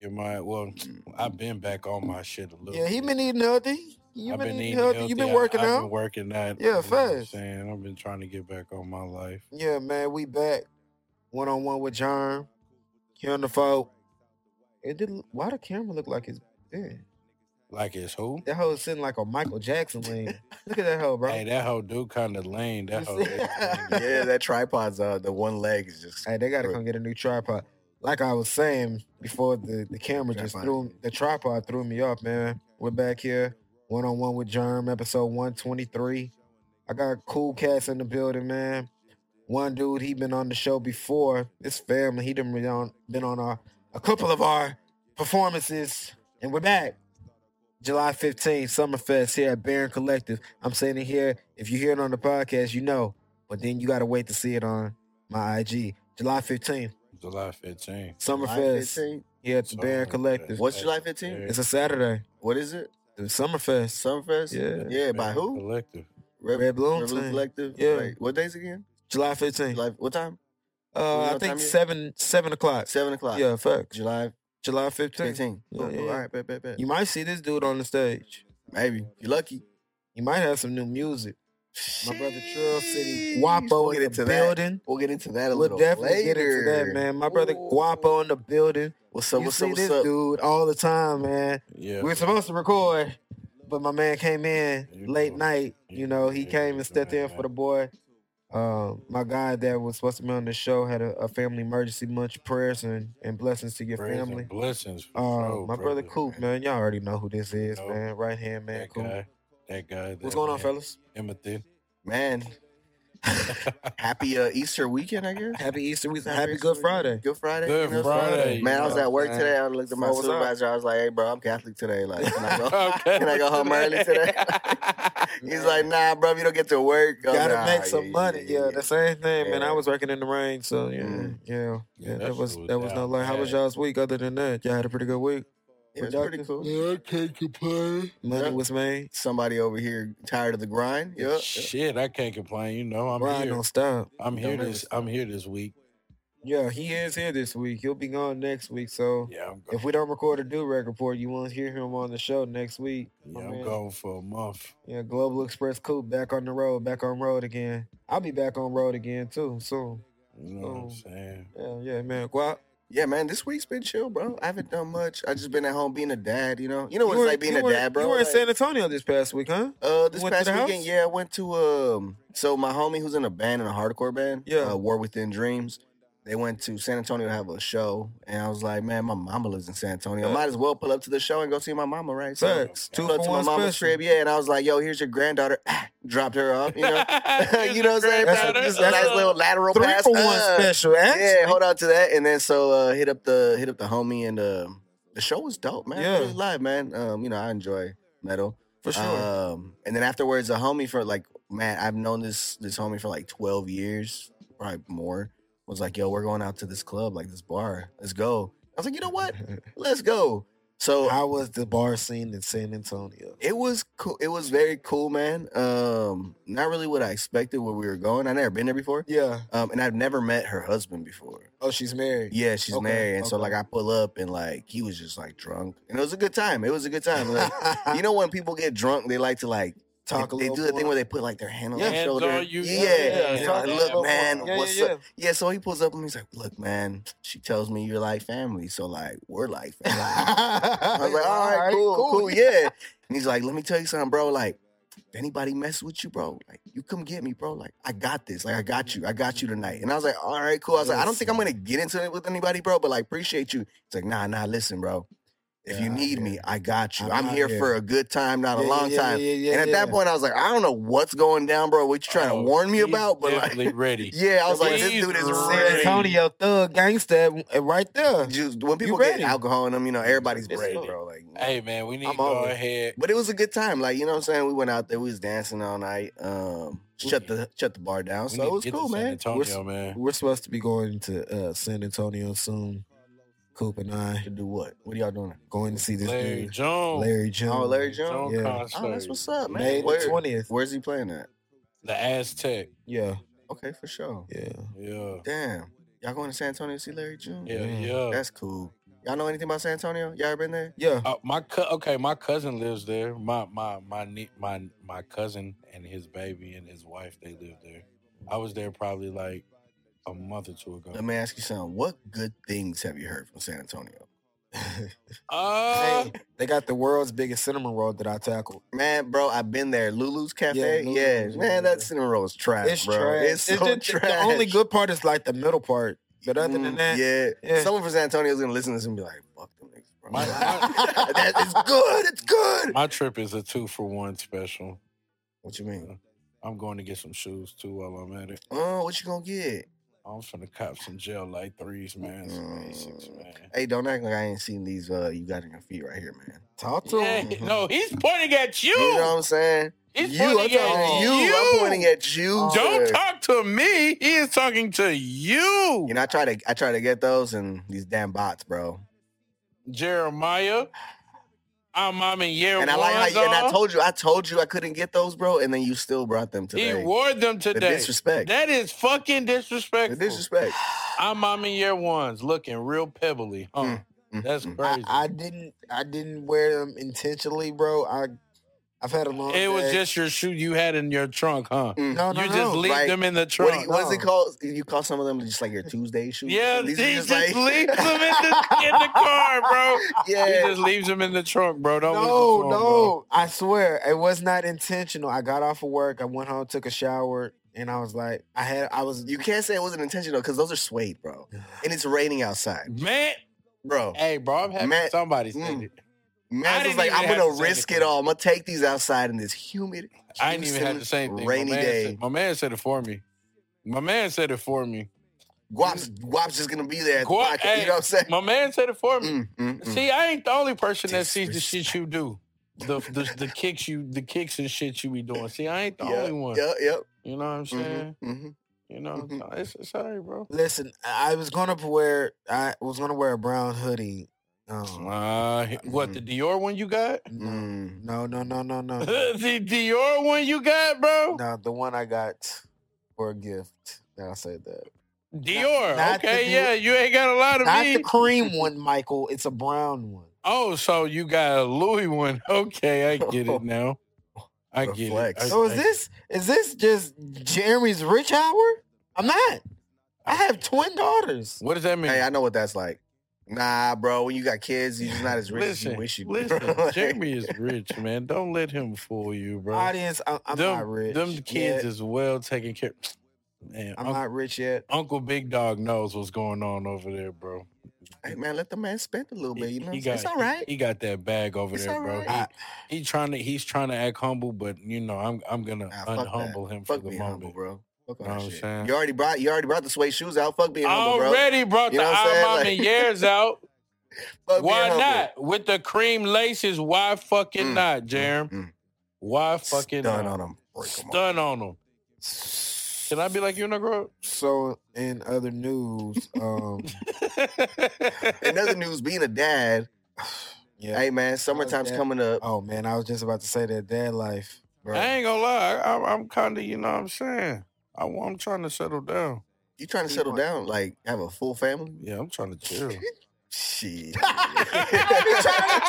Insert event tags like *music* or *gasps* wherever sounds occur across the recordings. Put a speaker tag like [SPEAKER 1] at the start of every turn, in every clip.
[SPEAKER 1] Your mind, well, I've been back on my shit a little
[SPEAKER 2] Mm-hmm. Yeah, he
[SPEAKER 1] bit.
[SPEAKER 2] been eating healthy. You
[SPEAKER 1] I've
[SPEAKER 2] been
[SPEAKER 1] been
[SPEAKER 2] eating
[SPEAKER 1] eating
[SPEAKER 2] healthy. You
[SPEAKER 1] healthy.
[SPEAKER 2] been
[SPEAKER 1] I,
[SPEAKER 2] working
[SPEAKER 1] I've been
[SPEAKER 2] out.
[SPEAKER 1] working that.
[SPEAKER 2] Yeah,
[SPEAKER 1] You know what I'm
[SPEAKER 2] fast.
[SPEAKER 1] saying? I've been trying to get back on my life.
[SPEAKER 2] Yeah, man, we back one on one with John. Here on the phone. It didn't. Why the camera look like it's big?
[SPEAKER 1] Like it's who?
[SPEAKER 2] That hoe is sitting like a Michael
[SPEAKER 1] *laughs*
[SPEAKER 2] Jackson lane. Look at that hoe, bro.
[SPEAKER 1] Hey, that whole dude kind of lame. That
[SPEAKER 2] You
[SPEAKER 1] whole
[SPEAKER 2] see?
[SPEAKER 1] is
[SPEAKER 2] *laughs*
[SPEAKER 1] lame as
[SPEAKER 3] Yeah,
[SPEAKER 1] fuck.
[SPEAKER 3] *laughs* that tripod's uh the one leg is just
[SPEAKER 2] hey, they gotta
[SPEAKER 3] crooked.
[SPEAKER 2] come get a new tripod. Like I was saying before, the, the camera just
[SPEAKER 3] Tripod.
[SPEAKER 2] threw the tripod threw me off, man. We're back here, one on one with Germ, episode one twenty three. I got cool cats in the building, man. One dude, he been on the show before. This family, he done been on been on our, a couple of our performances, and we're back. July 15th, Summerfest here at Baron Collective. I'm saying it here. If you hear it on the podcast, you know. But then you gotta wait to see it on my IG. July 15th,
[SPEAKER 1] July 15th.
[SPEAKER 3] July
[SPEAKER 2] Summerfest
[SPEAKER 3] fifteenth.
[SPEAKER 2] here at the Baron
[SPEAKER 1] Summerfest.
[SPEAKER 2] Collective.
[SPEAKER 3] What's
[SPEAKER 1] That's
[SPEAKER 3] July
[SPEAKER 1] a
[SPEAKER 3] fifteenth?
[SPEAKER 1] very
[SPEAKER 2] It's a Saturday.
[SPEAKER 3] What is it?
[SPEAKER 2] The Summerfest.
[SPEAKER 3] Summerfest?
[SPEAKER 2] Yeah.
[SPEAKER 3] Yeah, by
[SPEAKER 1] Baron
[SPEAKER 3] who?
[SPEAKER 1] Collective.
[SPEAKER 3] Rev-
[SPEAKER 2] Red Balloon
[SPEAKER 3] Revolution
[SPEAKER 2] Team.
[SPEAKER 3] Collective?
[SPEAKER 2] Yeah.
[SPEAKER 3] Wait, what days again?
[SPEAKER 2] July 15th.
[SPEAKER 3] July what time? Do we
[SPEAKER 2] Uh,
[SPEAKER 3] know
[SPEAKER 2] I
[SPEAKER 3] what time
[SPEAKER 2] think
[SPEAKER 3] it is?
[SPEAKER 2] seven seven o'clock.
[SPEAKER 3] Seven o'clock.
[SPEAKER 2] Yeah, facts.
[SPEAKER 3] July
[SPEAKER 2] July 15th.
[SPEAKER 3] fifteenth.
[SPEAKER 2] Yeah,
[SPEAKER 3] Cool,
[SPEAKER 2] yeah,
[SPEAKER 3] cool.
[SPEAKER 2] yeah.
[SPEAKER 3] All right, bet, bet, bet.
[SPEAKER 2] You might see this dude on the stage.
[SPEAKER 3] Maybe. You're lucky.
[SPEAKER 2] You might have some new music. My brother Trail City
[SPEAKER 3] Sheesh.
[SPEAKER 2] Guapo
[SPEAKER 3] We'll
[SPEAKER 2] in
[SPEAKER 3] get
[SPEAKER 2] the
[SPEAKER 3] into that.
[SPEAKER 2] building.
[SPEAKER 3] We'll get into that a
[SPEAKER 2] We'll
[SPEAKER 3] little
[SPEAKER 2] definitely get into that,
[SPEAKER 3] later.
[SPEAKER 2] man. My brother
[SPEAKER 3] Ooh.
[SPEAKER 2] Guapo in the building.
[SPEAKER 3] What's up,
[SPEAKER 2] You
[SPEAKER 3] what's up,
[SPEAKER 2] see
[SPEAKER 3] what's
[SPEAKER 2] this
[SPEAKER 3] up?
[SPEAKER 2] dude all the time, man.
[SPEAKER 1] Yeah.
[SPEAKER 2] We were supposed to record, but my man came in
[SPEAKER 1] You
[SPEAKER 2] late
[SPEAKER 1] know,
[SPEAKER 2] night.
[SPEAKER 1] you
[SPEAKER 2] You
[SPEAKER 1] know
[SPEAKER 2] know,
[SPEAKER 1] what
[SPEAKER 2] he
[SPEAKER 1] it
[SPEAKER 2] came
[SPEAKER 1] is,
[SPEAKER 2] and stepped in for
[SPEAKER 1] man.
[SPEAKER 2] the boy. Um, my guy that was supposed to be on the show had a, a family emergency. Much prayers and, and blessings to your
[SPEAKER 1] Prayers
[SPEAKER 2] family.
[SPEAKER 1] and blessings for
[SPEAKER 2] Uh,
[SPEAKER 1] sure,
[SPEAKER 2] my brother
[SPEAKER 1] Oh, brother.
[SPEAKER 2] Coop, man, y'all already know who this is,
[SPEAKER 1] Nope.
[SPEAKER 2] man. Right hand man,
[SPEAKER 1] That
[SPEAKER 2] Coop.
[SPEAKER 1] guy. That guy. That
[SPEAKER 2] What's going on,
[SPEAKER 1] man.
[SPEAKER 2] fellas?
[SPEAKER 1] Timothy.
[SPEAKER 2] *laughs*
[SPEAKER 3] Man, happy uh, Easter weekend, I guess.
[SPEAKER 2] Happy Easter week.
[SPEAKER 3] Happy
[SPEAKER 2] Happy
[SPEAKER 3] Easter
[SPEAKER 2] Good
[SPEAKER 3] weekend.
[SPEAKER 2] Friday.
[SPEAKER 3] Good Friday.
[SPEAKER 1] Good
[SPEAKER 3] you know what I'm saying?
[SPEAKER 1] Friday. you
[SPEAKER 3] Man, I
[SPEAKER 1] know
[SPEAKER 3] was
[SPEAKER 1] what
[SPEAKER 3] at
[SPEAKER 1] I'm
[SPEAKER 3] work
[SPEAKER 1] saying?
[SPEAKER 3] today. I looked at my
[SPEAKER 2] So what's up?
[SPEAKER 3] supervisor. I was like, "Hey, bro, I'm Catholic today. Like, can I go?
[SPEAKER 1] *laughs*
[SPEAKER 2] *laughs*
[SPEAKER 1] okay.
[SPEAKER 3] Can I go home early today?" *laughs*
[SPEAKER 1] *laughs*
[SPEAKER 3] He's like, "Nah, bro, you don't get to work. Oh,
[SPEAKER 2] Gotta
[SPEAKER 3] nah,
[SPEAKER 2] make some money. Yeah, the same thing, man. I
[SPEAKER 3] Yeah.
[SPEAKER 2] was working in the rain, so yeah,
[SPEAKER 3] Mhm.
[SPEAKER 2] yeah,
[SPEAKER 1] Yeah,
[SPEAKER 2] yeah.
[SPEAKER 1] that
[SPEAKER 2] That was
[SPEAKER 1] shit was
[SPEAKER 2] that was no
[SPEAKER 1] down
[SPEAKER 2] lie. How was
[SPEAKER 1] bad.
[SPEAKER 2] y'all's week? Other than that, y'all had a pretty good week.
[SPEAKER 3] It was pretty
[SPEAKER 2] Productive.
[SPEAKER 3] cool.
[SPEAKER 1] I can't complain.
[SPEAKER 2] Money
[SPEAKER 3] Yeah.
[SPEAKER 2] was made.
[SPEAKER 3] Somebody over here tired of the grind. Yep.
[SPEAKER 1] Shit, I can't complain. You know, I'm
[SPEAKER 2] Brian
[SPEAKER 1] here.
[SPEAKER 2] don't stop.
[SPEAKER 1] I'm
[SPEAKER 3] Don't
[SPEAKER 1] here
[SPEAKER 3] ever
[SPEAKER 1] this.
[SPEAKER 3] stop.
[SPEAKER 1] I'm here this week.
[SPEAKER 2] Yeah, he is here this week. He'll be gone next week.
[SPEAKER 3] Oh,
[SPEAKER 2] So
[SPEAKER 1] Yeah, I'm going.
[SPEAKER 2] if we don't record a do rag report, you won't hear him on the show next week. My
[SPEAKER 1] Yeah, I'm
[SPEAKER 2] man.
[SPEAKER 1] going for a month.
[SPEAKER 2] Yeah, Global Express Coupe back on the road, back on road again. I'll be back on road again too soon.
[SPEAKER 1] You know what I'm
[SPEAKER 2] So
[SPEAKER 1] saying?
[SPEAKER 2] yeah, yeah, man. Guap.
[SPEAKER 3] Yeah, man. This week's been chill, bro. I haven't done much. I just been at home being a dad. You know. You know
[SPEAKER 2] you
[SPEAKER 3] what
[SPEAKER 2] were,
[SPEAKER 3] it's like being
[SPEAKER 2] you
[SPEAKER 3] a
[SPEAKER 2] were-
[SPEAKER 3] dad, bro.
[SPEAKER 2] You were in
[SPEAKER 3] Like,
[SPEAKER 2] San Antonio this past week, huh?
[SPEAKER 3] Uh, this
[SPEAKER 2] Went to
[SPEAKER 3] past
[SPEAKER 2] the
[SPEAKER 3] weekend,
[SPEAKER 2] house.
[SPEAKER 3] yeah, I went to um. So my homie, who's in a band, in a hardcore band,
[SPEAKER 2] Yeah.
[SPEAKER 3] uh, War Within Dreams, they went to San Antonio to have a show, and I was like, man, my mama lives in San Antonio. I
[SPEAKER 2] Yeah.
[SPEAKER 3] might as well pull up to the show and go see my mama, right? So
[SPEAKER 2] Facts.
[SPEAKER 1] Okay.
[SPEAKER 2] Two
[SPEAKER 3] pull up
[SPEAKER 2] for
[SPEAKER 3] to my
[SPEAKER 2] one
[SPEAKER 3] mama's
[SPEAKER 2] special.
[SPEAKER 3] crib, yeah, and I was like, yo, here's your granddaughter. *laughs* Dropped her off,
[SPEAKER 1] *laughs*
[SPEAKER 2] *laughs*
[SPEAKER 3] you know, *laughs* you know what I'm saying?
[SPEAKER 2] That's a-
[SPEAKER 3] Pass- Just a
[SPEAKER 2] that's
[SPEAKER 3] nice
[SPEAKER 2] a
[SPEAKER 3] little lateral
[SPEAKER 2] Three
[SPEAKER 3] pass.
[SPEAKER 2] for one
[SPEAKER 3] Uh,
[SPEAKER 2] special. Actually.
[SPEAKER 3] yeah, hold on to that, and then so uh, hit up the hit up the homie, and uh, the show was dope, man.
[SPEAKER 2] Yeah.
[SPEAKER 3] Really live, man. Um, you know, I enjoy metal.
[SPEAKER 2] for sure.
[SPEAKER 3] Um, and then afterwards, a homie for like, man, I've known this this homie for like twelve years, probably more. Was like, yo, we're going out to this club, like this bar. Let's go. I was like, you
[SPEAKER 2] *laughs*
[SPEAKER 3] know what? Let's go. So
[SPEAKER 2] How was the bar scene in San Antonio?
[SPEAKER 3] it was cool. It was very cool, man. Um, not really what I expected where we were going. I never been there before.
[SPEAKER 2] Yeah.
[SPEAKER 3] Um, and I've never met her husband before.
[SPEAKER 2] Oh, she's married.
[SPEAKER 3] Yeah, she's
[SPEAKER 2] Okay,
[SPEAKER 3] married, and so
[SPEAKER 2] okay.
[SPEAKER 3] like I pull up and like he was just like drunk, and it was a good time. It was a good time.
[SPEAKER 2] *laughs*
[SPEAKER 3] *laughs* Like you know when people get drunk, they like to like
[SPEAKER 2] Talk
[SPEAKER 3] they,
[SPEAKER 2] a
[SPEAKER 3] they
[SPEAKER 2] little
[SPEAKER 3] do the thing
[SPEAKER 2] more.
[SPEAKER 3] where they put like their hand on
[SPEAKER 2] Yeah.
[SPEAKER 3] their
[SPEAKER 1] Hands
[SPEAKER 3] shoulder.
[SPEAKER 1] on you,
[SPEAKER 3] yeah.
[SPEAKER 1] yeah,
[SPEAKER 3] And
[SPEAKER 1] yeah,
[SPEAKER 3] like,
[SPEAKER 2] talk a
[SPEAKER 1] yeah,
[SPEAKER 3] look,
[SPEAKER 2] little
[SPEAKER 3] man,
[SPEAKER 2] more. Yeah,
[SPEAKER 3] what's
[SPEAKER 2] yeah,
[SPEAKER 3] up?
[SPEAKER 2] yeah.
[SPEAKER 3] Yeah, so he pulls up and he's like, Look, man, she tells me you're like family. So like
[SPEAKER 2] *laughs*
[SPEAKER 3] we're like family. I was like, all right, cool, cool, yeah. And he's like, let me tell you something, bro. Like, if anybody mess with you, bro, like, you come get me, bro. Like, I got this. Like, I got you. I got you tonight. And I was like, all right, cool. I was like, I don't think I'm gonna
[SPEAKER 2] Listen.
[SPEAKER 3] get into it with anybody, bro. But like, appreciate you. It's like, nah, nah. Listen, bro. If
[SPEAKER 2] Yeah,
[SPEAKER 3] you
[SPEAKER 2] I'm
[SPEAKER 3] need me,
[SPEAKER 2] here.
[SPEAKER 3] I got you.
[SPEAKER 2] I'm
[SPEAKER 3] I'm
[SPEAKER 2] out
[SPEAKER 3] here
[SPEAKER 2] here.
[SPEAKER 3] for a good time, not a
[SPEAKER 2] Yeah, yeah,
[SPEAKER 3] long
[SPEAKER 2] yeah,
[SPEAKER 3] time.
[SPEAKER 2] yeah, yeah,
[SPEAKER 3] And at
[SPEAKER 2] yeah.
[SPEAKER 3] that point, I was like, I don't know what's going down, bro. What you trying to
[SPEAKER 1] Oh,
[SPEAKER 3] warn me
[SPEAKER 1] he's
[SPEAKER 3] about? But like,
[SPEAKER 1] definitely ready.
[SPEAKER 3] *laughs* yeah, I was like, this
[SPEAKER 1] He's
[SPEAKER 3] dude is
[SPEAKER 2] San
[SPEAKER 1] ready.
[SPEAKER 3] ready.
[SPEAKER 2] Antonio thug gangsta uh, right there.
[SPEAKER 3] *laughs* Just, when
[SPEAKER 2] You
[SPEAKER 3] people get
[SPEAKER 2] ready.
[SPEAKER 3] alcohol in them, you know, everybody's
[SPEAKER 2] This
[SPEAKER 3] ready,
[SPEAKER 2] look.
[SPEAKER 3] bro. Like,
[SPEAKER 1] Hey man, we need to
[SPEAKER 2] I'm
[SPEAKER 1] go
[SPEAKER 2] over. it.
[SPEAKER 1] ahead.
[SPEAKER 3] but it was a good time. Like you know what I'm saying? We went out there, we was dancing all night. Um shut the shut the bar down.
[SPEAKER 1] We
[SPEAKER 3] So
[SPEAKER 1] need
[SPEAKER 3] it
[SPEAKER 1] to
[SPEAKER 3] was
[SPEAKER 1] get
[SPEAKER 3] cool,
[SPEAKER 1] to San
[SPEAKER 3] man.
[SPEAKER 2] We're s-
[SPEAKER 1] Antonio,
[SPEAKER 3] *laughs*
[SPEAKER 1] man.
[SPEAKER 2] We're supposed to be going to uh, San Antonio soon. Coop and I
[SPEAKER 3] To do what? What are y'all doing?
[SPEAKER 2] going to see this
[SPEAKER 1] Larry
[SPEAKER 2] dude,
[SPEAKER 1] Jones.
[SPEAKER 2] Larry Jones.
[SPEAKER 3] Oh, Larry
[SPEAKER 1] Jones
[SPEAKER 3] Jones.
[SPEAKER 2] Yeah.
[SPEAKER 1] concert.
[SPEAKER 3] Oh, that's what's up, man.
[SPEAKER 2] May the
[SPEAKER 3] Word.
[SPEAKER 2] twentieth.
[SPEAKER 3] Where's he playing at?
[SPEAKER 1] The Aztec.
[SPEAKER 2] Yeah,
[SPEAKER 3] Okay, for sure.
[SPEAKER 2] yeah.
[SPEAKER 1] Yeah.
[SPEAKER 3] Damn. Y'all going to San Antonio to see Larry June?
[SPEAKER 1] Yeah,
[SPEAKER 2] Yeah.
[SPEAKER 1] yeah.
[SPEAKER 3] That's cool. Y'all know anything about San Antonio? Y'all ever been there?
[SPEAKER 2] Yeah.
[SPEAKER 1] Uh, my co- okay, my cousin lives there. My my my nie- my my cousin and his baby and his wife they live there. I was there probably like a month or two ago.
[SPEAKER 3] Let me ask you something. What good things have you heard from San Antonio?
[SPEAKER 1] Uh,
[SPEAKER 2] Hey, they got the world's biggest cinnamon roll that I tackled.
[SPEAKER 3] Man, bro, I've been there. Lulu's Cafe. Yeah,
[SPEAKER 2] Lulu's, yeah.
[SPEAKER 3] man, that cinnamon roll is trash,
[SPEAKER 2] It's
[SPEAKER 3] bro.
[SPEAKER 2] trash.
[SPEAKER 3] It's so
[SPEAKER 2] just-
[SPEAKER 3] trash.
[SPEAKER 2] The only good part is like the middle part. But other than
[SPEAKER 3] Mm,
[SPEAKER 2] that,
[SPEAKER 3] yeah.
[SPEAKER 2] yeah.
[SPEAKER 3] someone from San Antonio is gonna listen to this and be like, "Fuck them niggas, bro."
[SPEAKER 1] My-
[SPEAKER 2] my-
[SPEAKER 3] *laughs* that is good. It's good.
[SPEAKER 1] my trip is a two for one special.
[SPEAKER 3] What you mean?
[SPEAKER 1] I'm going to get some shoes too while I'm at it.
[SPEAKER 3] Oh, what you gonna get?
[SPEAKER 1] I'm finna cop some gel light threes, man. Some basics,
[SPEAKER 3] Mm.
[SPEAKER 1] man.
[SPEAKER 3] Hey, don't act like I ain't seen these. Uh, you got in your feet right here, man.
[SPEAKER 2] talk to
[SPEAKER 1] Yeah,
[SPEAKER 2] him.
[SPEAKER 1] no, he's pointing at you.
[SPEAKER 3] Mm-hmm. You know what I'm saying?
[SPEAKER 1] he's
[SPEAKER 3] you, I'm
[SPEAKER 1] pointing at
[SPEAKER 3] talking to you. I'm pointing at you.
[SPEAKER 1] Don't
[SPEAKER 3] sir.
[SPEAKER 1] talk to me. He is talking to you,
[SPEAKER 3] You know, I try to I try to get those and these damn bots, bro.
[SPEAKER 1] Jeremiah. I'm, I'm in year
[SPEAKER 3] and I
[SPEAKER 1] one.
[SPEAKER 3] like how you, and
[SPEAKER 1] uh,
[SPEAKER 3] I told you, I told you I couldn't get those, bro, and then you still brought them
[SPEAKER 1] he
[SPEAKER 3] today.
[SPEAKER 1] wore them
[SPEAKER 3] the
[SPEAKER 1] today.
[SPEAKER 3] disrespect.
[SPEAKER 1] That is fucking
[SPEAKER 3] The
[SPEAKER 1] disrespectful.
[SPEAKER 3] disrespect.
[SPEAKER 1] I'm, I'm in year ones, looking real pebbly. Huh?
[SPEAKER 3] Mm,
[SPEAKER 1] *sighs*
[SPEAKER 3] Mm,
[SPEAKER 1] That's
[SPEAKER 3] mm.
[SPEAKER 1] crazy.
[SPEAKER 2] I, I didn't I didn't wear them intentionally, bro. I I've had a long
[SPEAKER 1] it was
[SPEAKER 2] day.
[SPEAKER 1] just your shoe you had in your trunk, huh?
[SPEAKER 3] Mm.
[SPEAKER 2] no, no,
[SPEAKER 1] you
[SPEAKER 2] no.
[SPEAKER 1] just leave
[SPEAKER 3] Like,
[SPEAKER 1] them in the
[SPEAKER 3] What
[SPEAKER 1] trunk.
[SPEAKER 3] do you, what's it
[SPEAKER 2] No.
[SPEAKER 3] called? You call some of them just like your Tuesday shoes.
[SPEAKER 1] Yeah,
[SPEAKER 3] These are
[SPEAKER 1] he just,
[SPEAKER 3] like- *laughs*
[SPEAKER 1] leaves them in the, in the car, bro. *laughs* He
[SPEAKER 3] yeah,
[SPEAKER 1] just leaves them in the trunk, bro. Don't
[SPEAKER 2] no,
[SPEAKER 1] listen to him, bro.
[SPEAKER 2] no. I swear it was not intentional. I got off of work. I went home, took a shower, and I was like, I had, I was.
[SPEAKER 3] you can't say it wasn't intentional because those are suede, bro,
[SPEAKER 1] *sighs*
[SPEAKER 3] and it's raining outside,
[SPEAKER 1] Man,
[SPEAKER 3] bro.
[SPEAKER 1] hey, bro, I'm happy
[SPEAKER 3] Man-
[SPEAKER 1] somebody said
[SPEAKER 3] Mm.
[SPEAKER 1] it. I
[SPEAKER 3] Man was
[SPEAKER 1] didn't
[SPEAKER 3] like,
[SPEAKER 1] even
[SPEAKER 3] I'm
[SPEAKER 1] have
[SPEAKER 3] gonna
[SPEAKER 1] to say
[SPEAKER 3] risk it
[SPEAKER 1] anything.
[SPEAKER 3] all. I'm gonna take these outside in this humid,
[SPEAKER 1] I didn't even have to
[SPEAKER 3] Houston
[SPEAKER 1] say anything.
[SPEAKER 3] rainy
[SPEAKER 1] my man
[SPEAKER 3] day.
[SPEAKER 1] Said, my man said it for me. My man said it for me.
[SPEAKER 3] Guap's Guap's just gonna be there at the
[SPEAKER 1] Guap-
[SPEAKER 3] pocket.
[SPEAKER 1] Mm-hmm. hey.
[SPEAKER 3] You know what I'm saying?
[SPEAKER 1] My man said it for me.
[SPEAKER 3] Mm, mm, mm.
[SPEAKER 1] See, I ain't the only person that sees the shit you do. The,
[SPEAKER 2] *laughs*
[SPEAKER 1] the the kicks you the kicks and shit you be doing. See, I ain't the
[SPEAKER 3] yeah,
[SPEAKER 1] only one.
[SPEAKER 3] Yeah, yeah.
[SPEAKER 1] You know what I'm saying?
[SPEAKER 3] Mm-hmm, mm-hmm.
[SPEAKER 1] You know,
[SPEAKER 3] Mhm.
[SPEAKER 1] it's, it's all right, bro.
[SPEAKER 2] Listen, I was gonna wear, I was gonna wear a brown hoodie. Um,
[SPEAKER 1] Uh, what the Dior one you got?
[SPEAKER 2] no,
[SPEAKER 3] Mm.
[SPEAKER 2] no, no, no,
[SPEAKER 1] *laughs*
[SPEAKER 2] no, no, no.
[SPEAKER 1] the Dior one you got, bro?
[SPEAKER 2] No, the one I got for a gift. I'll say that.
[SPEAKER 1] Dior.
[SPEAKER 2] not the
[SPEAKER 1] okay,
[SPEAKER 2] Dior-
[SPEAKER 1] yeah, you ain't got a lot of
[SPEAKER 2] Not
[SPEAKER 1] me.
[SPEAKER 2] the cream one, Michael. It's a brown one.
[SPEAKER 1] oh, so you got a Louis one? *laughs* Okay, I get
[SPEAKER 2] *laughs*
[SPEAKER 1] it now. I
[SPEAKER 3] The
[SPEAKER 1] get
[SPEAKER 3] flex.
[SPEAKER 1] it. I-
[SPEAKER 2] So is
[SPEAKER 1] I-
[SPEAKER 2] this is this just Jeremy's rich hour? I'm not. I have twin daughters.
[SPEAKER 1] What does that mean?
[SPEAKER 3] Hey, I know what that's like. Nah, bro. When you got kids, you're just not as rich as
[SPEAKER 1] listen,
[SPEAKER 3] you wish you were,
[SPEAKER 1] listen.
[SPEAKER 3] bro. *laughs* Like,
[SPEAKER 1] Jeremy is rich, man. Don't let him fool you, bro.
[SPEAKER 2] Audience, I'm, I'm
[SPEAKER 1] them,
[SPEAKER 2] not rich.
[SPEAKER 1] Them kids
[SPEAKER 2] yet.
[SPEAKER 1] is well taken care. *sniffs* Man,
[SPEAKER 2] I'm
[SPEAKER 1] Unc-
[SPEAKER 2] not rich yet.
[SPEAKER 1] Uncle Big Dog knows what's going on over there, bro.
[SPEAKER 3] Hey, man, let the man spend a little bit. Oh, You know, what I'm saying? it's all
[SPEAKER 1] he-
[SPEAKER 3] right.
[SPEAKER 1] He, got that bag over
[SPEAKER 3] It's
[SPEAKER 1] there,
[SPEAKER 3] all
[SPEAKER 1] bro.
[SPEAKER 3] right.
[SPEAKER 1] He, he trying to he's trying to act humble, but you know I'm I'm gonna
[SPEAKER 3] Nah, fuck that.
[SPEAKER 1] unhumble him
[SPEAKER 3] Fuck
[SPEAKER 1] for the
[SPEAKER 3] being
[SPEAKER 1] moment.
[SPEAKER 3] humble, bro. Fuck all
[SPEAKER 1] Know what
[SPEAKER 3] that
[SPEAKER 1] I'm
[SPEAKER 3] shit.
[SPEAKER 1] saying?
[SPEAKER 3] You already brought you already brought the suede shoes out. Fuck being humble, bro.
[SPEAKER 1] Already brought
[SPEAKER 3] You know
[SPEAKER 1] the
[SPEAKER 3] what I'm saying?
[SPEAKER 1] I'm
[SPEAKER 3] Like-
[SPEAKER 1] and years out.
[SPEAKER 3] Fuck being
[SPEAKER 1] Why
[SPEAKER 3] humble.
[SPEAKER 1] not? With the cream laces, why fucking
[SPEAKER 3] Mm,
[SPEAKER 1] not, Jerem?
[SPEAKER 3] mm.
[SPEAKER 1] Why fucking
[SPEAKER 3] Stun
[SPEAKER 1] not?
[SPEAKER 3] on them. Break 'em up.
[SPEAKER 1] Stun *laughs* on them. Can I be like you in a *laughs* girl?
[SPEAKER 2] So in
[SPEAKER 1] *laughs*
[SPEAKER 2] other news, um,
[SPEAKER 3] In other news, being a dad,
[SPEAKER 2] yeah.
[SPEAKER 3] hey man, summertime's
[SPEAKER 2] that?
[SPEAKER 3] coming
[SPEAKER 1] Uh,
[SPEAKER 3] up.
[SPEAKER 2] oh man, I was just about to say that dad life.
[SPEAKER 3] Bro.
[SPEAKER 1] I ain't gonna lie. I, I, I'm kind of, you know what I'm saying? I, am trying to settle down.
[SPEAKER 3] You trying to
[SPEAKER 2] Keep
[SPEAKER 3] settle
[SPEAKER 2] on-
[SPEAKER 3] down, like have a full family?
[SPEAKER 1] Yeah, I'm trying to
[SPEAKER 3] *laughs*
[SPEAKER 1] chill.
[SPEAKER 2] *laughs*
[SPEAKER 3] Shit.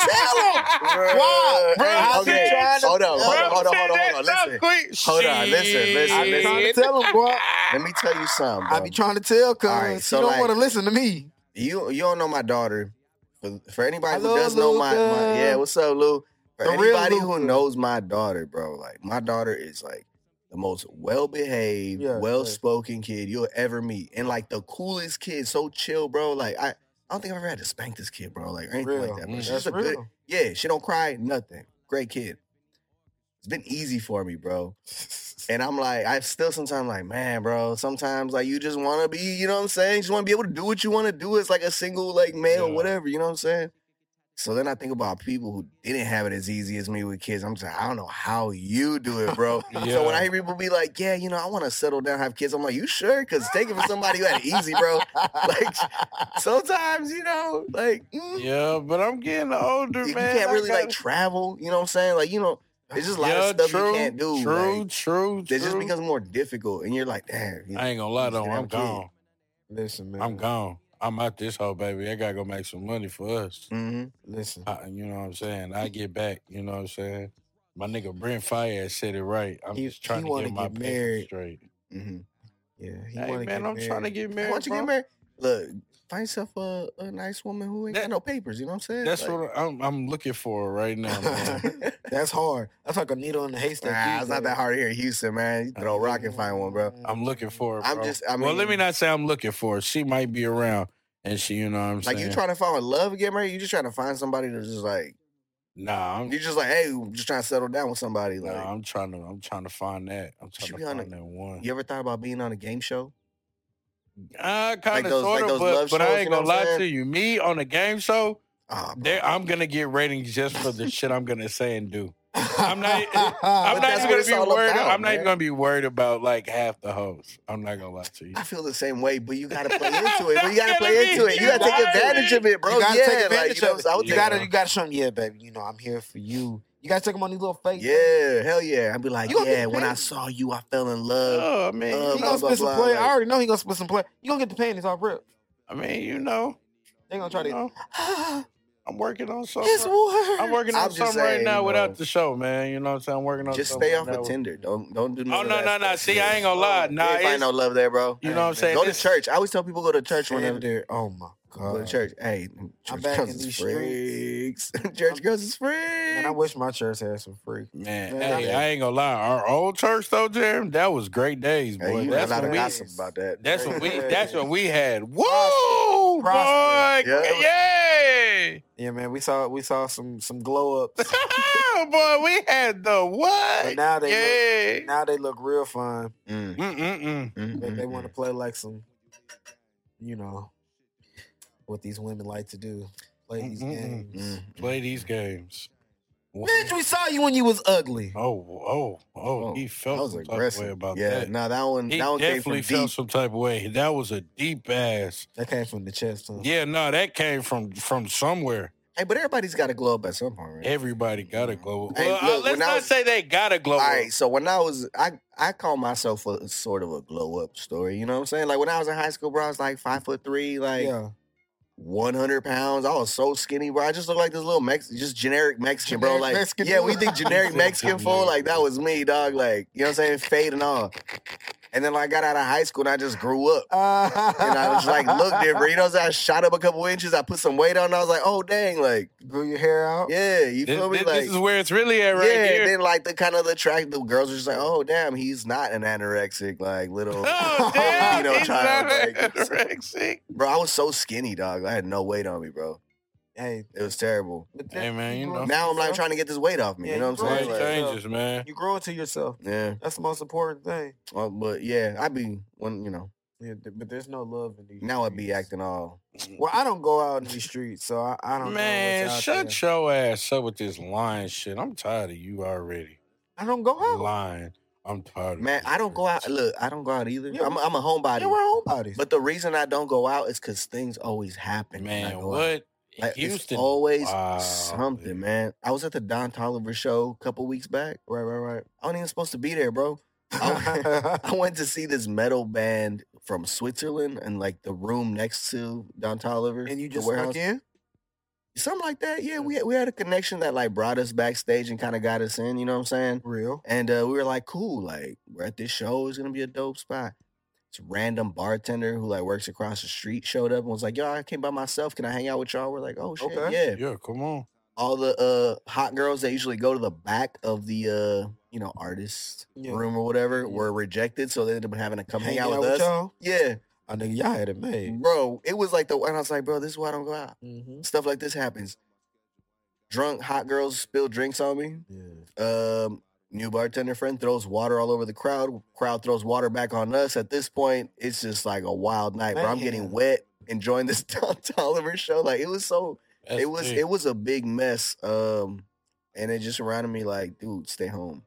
[SPEAKER 1] *laughs*
[SPEAKER 2] Why? Bro,
[SPEAKER 3] Hey,
[SPEAKER 1] I'm
[SPEAKER 3] okay.
[SPEAKER 1] trying to-
[SPEAKER 3] Hold on,
[SPEAKER 1] Bro,
[SPEAKER 3] hold on, hold on, hold on, hold on.
[SPEAKER 1] say that
[SPEAKER 3] Listen.
[SPEAKER 1] stuff
[SPEAKER 3] Hold
[SPEAKER 1] quick.
[SPEAKER 3] on, listen, listen,
[SPEAKER 2] I be
[SPEAKER 3] listen.
[SPEAKER 2] trying to tell him, bro.
[SPEAKER 3] Let me tell you something.
[SPEAKER 2] I
[SPEAKER 3] bro.
[SPEAKER 2] be trying to tell, cause
[SPEAKER 3] All right, so
[SPEAKER 2] she don't
[SPEAKER 3] like-
[SPEAKER 2] want to listen to me.
[SPEAKER 3] you you don't know my daughter. For, for anybody
[SPEAKER 2] Hello,
[SPEAKER 3] who does know my, my
[SPEAKER 2] Luca.
[SPEAKER 3] yeah, what's up, Lou? For
[SPEAKER 2] The real
[SPEAKER 3] anybody who
[SPEAKER 2] Luca.
[SPEAKER 3] knows my daughter, bro, like my daughter is like the most well behaved,
[SPEAKER 2] Yeah, yeah.
[SPEAKER 3] well spoken kid you'll ever meet, and like the coolest kid. So chill, bro. Like I. I don't think I've ever had to spank this kid, bro. Like or anything
[SPEAKER 2] Real.
[SPEAKER 3] like that. But
[SPEAKER 1] Mm.
[SPEAKER 3] she's
[SPEAKER 2] That's
[SPEAKER 3] a good,
[SPEAKER 2] real.
[SPEAKER 3] yeah. She don't cry, nothing. Great kid. It's been easy for
[SPEAKER 1] *laughs*
[SPEAKER 3] me, bro. And I'm like, I still sometimes like, man, bro. Sometimes like you just want to be, you know what I'm saying? You just want to be able to do what you want to do as like a single like male,
[SPEAKER 1] Yeah.
[SPEAKER 3] whatever. You know what I'm saying? So then I think about people who didn't have it as easy as me with kids. I'm just like, I don't know how you do it, bro. So when
[SPEAKER 1] Yeah.
[SPEAKER 3] I hear people be like, yeah, you know, I want to settle down, have kids. I'm like, you sure? Because take it from somebody who had it easy, bro. *laughs* Like sometimes, you know, like mm,
[SPEAKER 1] Yeah, but I'm getting older,
[SPEAKER 3] you, you
[SPEAKER 1] man.
[SPEAKER 3] can't
[SPEAKER 1] I
[SPEAKER 3] really like
[SPEAKER 1] gotta-
[SPEAKER 3] travel. You know what I'm saying? Like you know, there's just a lot of stuff you can't do.
[SPEAKER 1] True,
[SPEAKER 3] like,
[SPEAKER 1] true, true.
[SPEAKER 3] it just becomes more difficult, and you're like, damn. you-
[SPEAKER 1] I ain't gonna lie though,
[SPEAKER 3] Damn
[SPEAKER 1] I'm
[SPEAKER 3] kid.
[SPEAKER 1] gone.
[SPEAKER 2] Listen, man.
[SPEAKER 1] I'm gone. I'm out this whole baby. I gotta go make some money for us.
[SPEAKER 3] Mm-hmm.
[SPEAKER 2] Listen,
[SPEAKER 1] I, you know what I'm saying? I get back. You know what I'm saying? My nigga Brent Fire said it right. I'm
[SPEAKER 2] He-
[SPEAKER 1] just trying
[SPEAKER 2] he
[SPEAKER 1] to
[SPEAKER 2] wanna
[SPEAKER 1] get my
[SPEAKER 2] get
[SPEAKER 1] papers
[SPEAKER 2] married.
[SPEAKER 1] straight.
[SPEAKER 3] Mm-hmm.
[SPEAKER 2] yeah, he
[SPEAKER 1] Hey
[SPEAKER 2] wanna
[SPEAKER 1] man, I'm trying to
[SPEAKER 2] married.
[SPEAKER 1] get
[SPEAKER 3] Why
[SPEAKER 1] married.
[SPEAKER 3] don't you
[SPEAKER 1] bro.
[SPEAKER 3] get married? Look, find yourself a, a nice woman who ain't
[SPEAKER 1] That-
[SPEAKER 3] got no papers. You know what I'm saying?
[SPEAKER 1] That's
[SPEAKER 3] Like-
[SPEAKER 1] what I'm, I'm looking for right
[SPEAKER 3] *laughs*
[SPEAKER 1] now. Man.
[SPEAKER 2] *laughs* That's hard. That's like a needle in the haystack.
[SPEAKER 3] nah,
[SPEAKER 2] these
[SPEAKER 3] it's not that
[SPEAKER 2] days.
[SPEAKER 3] hard here in Houston, man. You throw a rock and find one, bro.
[SPEAKER 1] I'm
[SPEAKER 3] *laughs*
[SPEAKER 1] looking for it.
[SPEAKER 3] I'm
[SPEAKER 1] bro.
[SPEAKER 3] just- I
[SPEAKER 1] well, let me
[SPEAKER 3] mean-
[SPEAKER 1] not say I'm looking for it. She might be around, and she, you know what I'm
[SPEAKER 3] Like
[SPEAKER 1] saying?
[SPEAKER 3] you trying to fall in love and get married, you just trying to find somebody that's just like
[SPEAKER 1] Nah, I'm,
[SPEAKER 3] *laughs* you just like, hey, I'm just trying to settle down with somebody. Like
[SPEAKER 1] nah, I'm trying to. I'm trying to find that. I'm trying
[SPEAKER 3] should
[SPEAKER 1] to
[SPEAKER 3] be on
[SPEAKER 1] find
[SPEAKER 3] a-
[SPEAKER 1] that one.
[SPEAKER 3] you ever thought about being on a game show?
[SPEAKER 1] I kind of
[SPEAKER 3] those- like
[SPEAKER 1] sort of,
[SPEAKER 3] those
[SPEAKER 1] but,
[SPEAKER 3] love
[SPEAKER 1] but I
[SPEAKER 3] shows,
[SPEAKER 1] ain't
[SPEAKER 3] you know
[SPEAKER 1] gonna
[SPEAKER 3] what I'm
[SPEAKER 1] lie
[SPEAKER 3] saying?
[SPEAKER 1] to you. Me on a game show,
[SPEAKER 3] Ah, bro.
[SPEAKER 1] there I'm gonna get ratings just for the shit I'm gonna say and do. I'm
[SPEAKER 2] *laughs*
[SPEAKER 1] not- I'm
[SPEAKER 3] But
[SPEAKER 1] not
[SPEAKER 3] that's
[SPEAKER 1] even
[SPEAKER 3] what
[SPEAKER 1] gonna
[SPEAKER 3] it's
[SPEAKER 1] be
[SPEAKER 3] all
[SPEAKER 1] worried.
[SPEAKER 3] about,
[SPEAKER 1] I'm not even
[SPEAKER 3] man.
[SPEAKER 1] gonna be worried about like half the hoes. I'm not gonna lie to you.
[SPEAKER 3] I feel the same way, but you gotta
[SPEAKER 2] *laughs*
[SPEAKER 3] play into it.
[SPEAKER 1] That's
[SPEAKER 3] But you gotta
[SPEAKER 1] gonna
[SPEAKER 3] play
[SPEAKER 1] be
[SPEAKER 3] into it. You gotta take
[SPEAKER 1] wild,
[SPEAKER 3] advantage of it, bro.
[SPEAKER 2] you gotta
[SPEAKER 3] Oh, yeah,
[SPEAKER 2] take advantage
[SPEAKER 3] like, you know,
[SPEAKER 2] of it.
[SPEAKER 3] so I would
[SPEAKER 2] you
[SPEAKER 3] take-
[SPEAKER 2] gotta, you gotta show them, yeah, baby. You know, I'm here for you. You gotta take them on these little fake.
[SPEAKER 3] Yeah, hell yeah. I'd be like,
[SPEAKER 2] You gonna get
[SPEAKER 3] yeah, when I
[SPEAKER 2] paid.
[SPEAKER 3] saw you, I fell in love.
[SPEAKER 1] Oh, I mean,
[SPEAKER 2] He
[SPEAKER 3] Uh,
[SPEAKER 1] you know,
[SPEAKER 2] gonna
[SPEAKER 3] blah,
[SPEAKER 2] spit
[SPEAKER 3] blah,
[SPEAKER 2] some
[SPEAKER 3] blah,
[SPEAKER 2] play.
[SPEAKER 3] like-
[SPEAKER 2] I already know he gonna spit some play. You gonna get the panties off rip.
[SPEAKER 1] I mean, you know,
[SPEAKER 2] They gonna try to.
[SPEAKER 1] you
[SPEAKER 2] *gasps*
[SPEAKER 1] know, I'm working on something.
[SPEAKER 2] His words.
[SPEAKER 1] I'm working
[SPEAKER 3] I'm
[SPEAKER 1] on
[SPEAKER 3] just
[SPEAKER 1] something
[SPEAKER 3] saying,
[SPEAKER 1] right now
[SPEAKER 3] you know.
[SPEAKER 1] without the show, man. You know what I'm saying? I'm working on
[SPEAKER 3] Just
[SPEAKER 1] something
[SPEAKER 3] stay
[SPEAKER 1] right
[SPEAKER 3] off
[SPEAKER 1] now
[SPEAKER 3] of
[SPEAKER 1] with-
[SPEAKER 3] Tinder. Don't don't do.
[SPEAKER 1] Oh
[SPEAKER 3] none of
[SPEAKER 1] no,
[SPEAKER 3] that
[SPEAKER 1] no, no.
[SPEAKER 3] stuff.
[SPEAKER 1] See,
[SPEAKER 3] Yeah.
[SPEAKER 1] I ain't gonna lie.
[SPEAKER 2] You
[SPEAKER 1] Nah,
[SPEAKER 3] you ain't find
[SPEAKER 1] it's,
[SPEAKER 3] no love there, bro.
[SPEAKER 1] you know what I'm saying?
[SPEAKER 3] Go to
[SPEAKER 1] It's-
[SPEAKER 3] church. I always tell people go to church
[SPEAKER 2] Whenever
[SPEAKER 3] whenever
[SPEAKER 2] they're, oh my
[SPEAKER 3] go to
[SPEAKER 2] god.
[SPEAKER 3] church. Hey, church
[SPEAKER 2] back
[SPEAKER 3] girls
[SPEAKER 2] in
[SPEAKER 3] is
[SPEAKER 2] these
[SPEAKER 3] freaks. *laughs* church girls is freaks.
[SPEAKER 2] Man, I wish my church had some freak.
[SPEAKER 1] man.
[SPEAKER 2] Man,
[SPEAKER 1] hey,
[SPEAKER 3] I-
[SPEAKER 1] I ain't gonna lie. Our old church though, Jerem, that was great days, boy.
[SPEAKER 3] Hey, you heard a
[SPEAKER 1] that's
[SPEAKER 3] lot
[SPEAKER 1] what
[SPEAKER 3] of
[SPEAKER 1] we.
[SPEAKER 3] gossip about that.
[SPEAKER 1] That's
[SPEAKER 2] *laughs*
[SPEAKER 1] what we.
[SPEAKER 2] Yeah.
[SPEAKER 1] That's what we had. Whoa, boy!
[SPEAKER 2] Prosper.
[SPEAKER 3] Yeah.
[SPEAKER 1] Yay! *laughs*
[SPEAKER 2] Yeah, man. We saw we saw some some glow ups.
[SPEAKER 1] Oh, boy, we had the what? *laughs*
[SPEAKER 2] But now they
[SPEAKER 1] Yay!
[SPEAKER 2] now they look real fine.
[SPEAKER 3] Mm,
[SPEAKER 1] Mm-mm-mm.
[SPEAKER 3] mm,
[SPEAKER 2] They,
[SPEAKER 3] mm,
[SPEAKER 2] they
[SPEAKER 3] mm.
[SPEAKER 2] want to play like some, you know, what these women like to do. Play these
[SPEAKER 1] Mm, mm, mm.
[SPEAKER 2] games.
[SPEAKER 3] Mm.
[SPEAKER 1] Play these games. Wha-
[SPEAKER 2] Bitch, we saw you when you was ugly.
[SPEAKER 1] Oh, oh, oh!
[SPEAKER 3] Oh,
[SPEAKER 1] He
[SPEAKER 3] That
[SPEAKER 1] felt
[SPEAKER 3] was
[SPEAKER 1] some type of way
[SPEAKER 3] aggressive.
[SPEAKER 1] about
[SPEAKER 3] yeah,
[SPEAKER 1] that.
[SPEAKER 3] no, that one,
[SPEAKER 1] He
[SPEAKER 3] that one came from
[SPEAKER 1] definitely felt
[SPEAKER 3] deep.
[SPEAKER 1] some type of way. That was a deep ass.
[SPEAKER 2] That came from the chest.
[SPEAKER 3] Mm.
[SPEAKER 2] Huh?
[SPEAKER 1] Yeah, no, that came from from somewhere.
[SPEAKER 3] Hey, but everybody's got to glow up at some point, right?
[SPEAKER 1] Everybody got to glow.
[SPEAKER 3] Mm. Hey,
[SPEAKER 1] Well, uh,
[SPEAKER 3] look,
[SPEAKER 1] let's
[SPEAKER 3] when I
[SPEAKER 1] not
[SPEAKER 3] was-
[SPEAKER 1] say they got to glow.
[SPEAKER 3] All
[SPEAKER 1] up.
[SPEAKER 3] right, so when I was, I I call myself a sort of a glow up story. You know what I'm saying? Like when I was in high school, bro, I was like five foot three, like
[SPEAKER 2] Mm-hmm. yeah. *laughs*
[SPEAKER 3] 100 pounds. I was so skinny, bro. I just looked like this little Mex, just generic Mexican, bro.
[SPEAKER 2] Generic
[SPEAKER 3] Like,
[SPEAKER 2] Mexican
[SPEAKER 3] yeah,
[SPEAKER 2] dude. *laughs*
[SPEAKER 3] we think generic Mexican fool. Like that was me, dog. Like, you know what I'm saying? Fade and all. And then like, I got out of high school and I just grew up.
[SPEAKER 2] Uh,
[SPEAKER 3] And I was like, look different. You know what I'm saying? I shot up a couple inches. I put some weight on. And I was like, oh dang, like,
[SPEAKER 2] Grew your hair out.
[SPEAKER 3] yeah, you
[SPEAKER 1] This,
[SPEAKER 3] feel me?
[SPEAKER 1] this-
[SPEAKER 3] like,
[SPEAKER 1] this is where it's really at *laughs* right
[SPEAKER 3] yeah,
[SPEAKER 1] here.
[SPEAKER 3] then like the kind of the track, the girls were just like, "Oh damn, he's not an anorexic, like
[SPEAKER 1] *laughs*
[SPEAKER 3] little." *laughs*
[SPEAKER 1] oh damn,
[SPEAKER 3] Filipino
[SPEAKER 1] he's
[SPEAKER 3] child,
[SPEAKER 1] not an
[SPEAKER 3] like, it's-
[SPEAKER 1] anorexic.
[SPEAKER 3] bro, I was so skinny, dog. I had no weight on me, bro.
[SPEAKER 2] Hey,
[SPEAKER 3] It was terrible.
[SPEAKER 2] but
[SPEAKER 1] Hey, man, you
[SPEAKER 2] grew
[SPEAKER 1] know.
[SPEAKER 2] into
[SPEAKER 3] Now I'm like
[SPEAKER 2] yourself.
[SPEAKER 3] trying to get this weight off
[SPEAKER 2] Oh,
[SPEAKER 3] me.
[SPEAKER 2] Yeah,
[SPEAKER 3] you know what
[SPEAKER 2] you
[SPEAKER 3] I'm
[SPEAKER 1] Life
[SPEAKER 3] saying?
[SPEAKER 2] right.
[SPEAKER 3] Like,
[SPEAKER 1] changes, man.
[SPEAKER 2] You growing to yourself.
[SPEAKER 3] yeah,
[SPEAKER 2] That's the most important thing.
[SPEAKER 3] Uh, but yeah, I be when you know
[SPEAKER 2] Yeah, th- but there's no love in these.
[SPEAKER 3] now I be
[SPEAKER 2] streets.
[SPEAKER 3] acting all.
[SPEAKER 2] Well, I don't go out in these streets, so I, I don't. know
[SPEAKER 1] Man,
[SPEAKER 2] what's out
[SPEAKER 1] shut
[SPEAKER 2] there.
[SPEAKER 1] your ass up with this lying shit. I'm tired of you already.
[SPEAKER 2] I don't go out.
[SPEAKER 1] Lying. I'm tired of
[SPEAKER 3] Oh. Man,
[SPEAKER 1] this
[SPEAKER 3] I don't go out.
[SPEAKER 1] shit.
[SPEAKER 3] Look, I don't go out either.
[SPEAKER 2] Yeah,
[SPEAKER 3] I'm,
[SPEAKER 2] we-
[SPEAKER 3] I'm a homebody.
[SPEAKER 2] Yeah, we're homebodies.
[SPEAKER 3] but the reason I don't go out is because things always happen. when I
[SPEAKER 1] Man,
[SPEAKER 3] go out.
[SPEAKER 1] what?
[SPEAKER 3] Like,
[SPEAKER 1] Houston.
[SPEAKER 3] it's always
[SPEAKER 1] Wow,
[SPEAKER 3] something,
[SPEAKER 1] dude.
[SPEAKER 3] man. I was at the Don Tolliver show a couple weeks back.
[SPEAKER 2] right, right,
[SPEAKER 3] I wasn't even supposed to be there, bro. *laughs*
[SPEAKER 2] *laughs* right.
[SPEAKER 3] I went to see this metal band from Switzerland and like the room next to
[SPEAKER 2] *laughs*
[SPEAKER 3] Don Tolliver.
[SPEAKER 2] and you
[SPEAKER 3] the
[SPEAKER 2] just
[SPEAKER 3] warehouse.
[SPEAKER 2] snuck in.
[SPEAKER 3] Something like that. Yeah, we had, we had a connection that like brought us backstage and kind of got us in, you know what I'm saying?
[SPEAKER 2] Real.
[SPEAKER 3] And uh, we were like, cool, like we're at this show. It's gonna be a dope spot. This random bartender who like works across the street showed up and was like, yo, I came by myself. Can I hang out with y'all? We're like, oh shit,
[SPEAKER 2] Okay.
[SPEAKER 3] yeah
[SPEAKER 1] Yeah, come on.
[SPEAKER 3] all the uh hot girls that usually go to the back of the uh you know artist
[SPEAKER 2] Yeah.
[SPEAKER 3] room or whatever
[SPEAKER 2] Yeah.
[SPEAKER 3] were rejected, so they ended up having to come hang, out, with, us.
[SPEAKER 2] y'all.
[SPEAKER 3] Yeah,
[SPEAKER 2] I think y'all had it made.
[SPEAKER 3] bro, it was like the and I was like, bro, this is why I don't go out.
[SPEAKER 2] Mm-hmm.
[SPEAKER 3] Stuff like this happens. Drunk hot girls spill drinks on me.
[SPEAKER 2] Yeah.
[SPEAKER 3] Um, new bartender friend throws water all over the crowd. Crowd throws water back on us. At this point, it's just like a wild night. Bro, I'm getting
[SPEAKER 2] Man.
[SPEAKER 3] wet, enjoying this *laughs* Don Tolliver show. Like it was so
[SPEAKER 1] That's
[SPEAKER 3] it was
[SPEAKER 1] big.
[SPEAKER 3] it was a big mess. Um, and it just reminded me like, dude, stay home,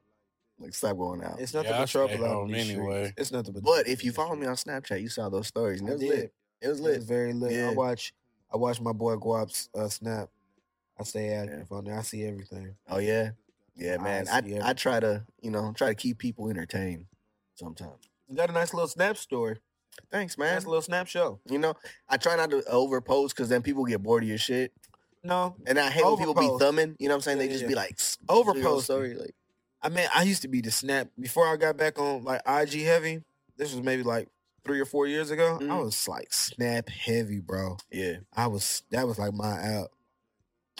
[SPEAKER 3] like stop going out.
[SPEAKER 2] It's nothing
[SPEAKER 1] Yeah, I
[SPEAKER 2] but trouble
[SPEAKER 1] stayed
[SPEAKER 2] out
[SPEAKER 1] home
[SPEAKER 2] in these
[SPEAKER 1] anyway.
[SPEAKER 2] streets. It's nothing but.
[SPEAKER 3] But
[SPEAKER 2] trouble
[SPEAKER 3] if you
[SPEAKER 2] in these
[SPEAKER 3] follow me on Snapchat, you saw those stories, and it was
[SPEAKER 2] streets. I did.
[SPEAKER 3] lit. It was
[SPEAKER 2] It's
[SPEAKER 3] lit.
[SPEAKER 2] very lit.
[SPEAKER 3] Yeah.
[SPEAKER 2] I watch. I watch my boy Guap's uh, snap. I stay
[SPEAKER 3] Yeah.
[SPEAKER 2] active on there. I see everything.
[SPEAKER 3] Oh yeah, yeah,
[SPEAKER 2] I
[SPEAKER 3] man.
[SPEAKER 2] see
[SPEAKER 3] I I
[SPEAKER 2] everything.
[SPEAKER 3] try to you know try to keep people entertained sometimes.
[SPEAKER 2] You got a nice little snap story.
[SPEAKER 3] Thanks, man.
[SPEAKER 2] That's a little snap show.
[SPEAKER 3] You know, I try not to overpost because then people get bored of your shit.
[SPEAKER 2] No,
[SPEAKER 3] And I hate when people
[SPEAKER 2] Overpost.
[SPEAKER 3] be thumbing. You know what I'm saying?
[SPEAKER 2] Yeah,
[SPEAKER 3] They
[SPEAKER 2] yeah,
[SPEAKER 3] just
[SPEAKER 2] yeah.
[SPEAKER 3] be like,
[SPEAKER 2] Overpost.
[SPEAKER 3] Sorry, like
[SPEAKER 2] I mean, I used to be the snap before I got back on like IG heavy. This was maybe like three or four years ago. I
[SPEAKER 3] Mhm.
[SPEAKER 2] was like snap heavy, bro.
[SPEAKER 3] yeah.
[SPEAKER 2] I was that was like my out.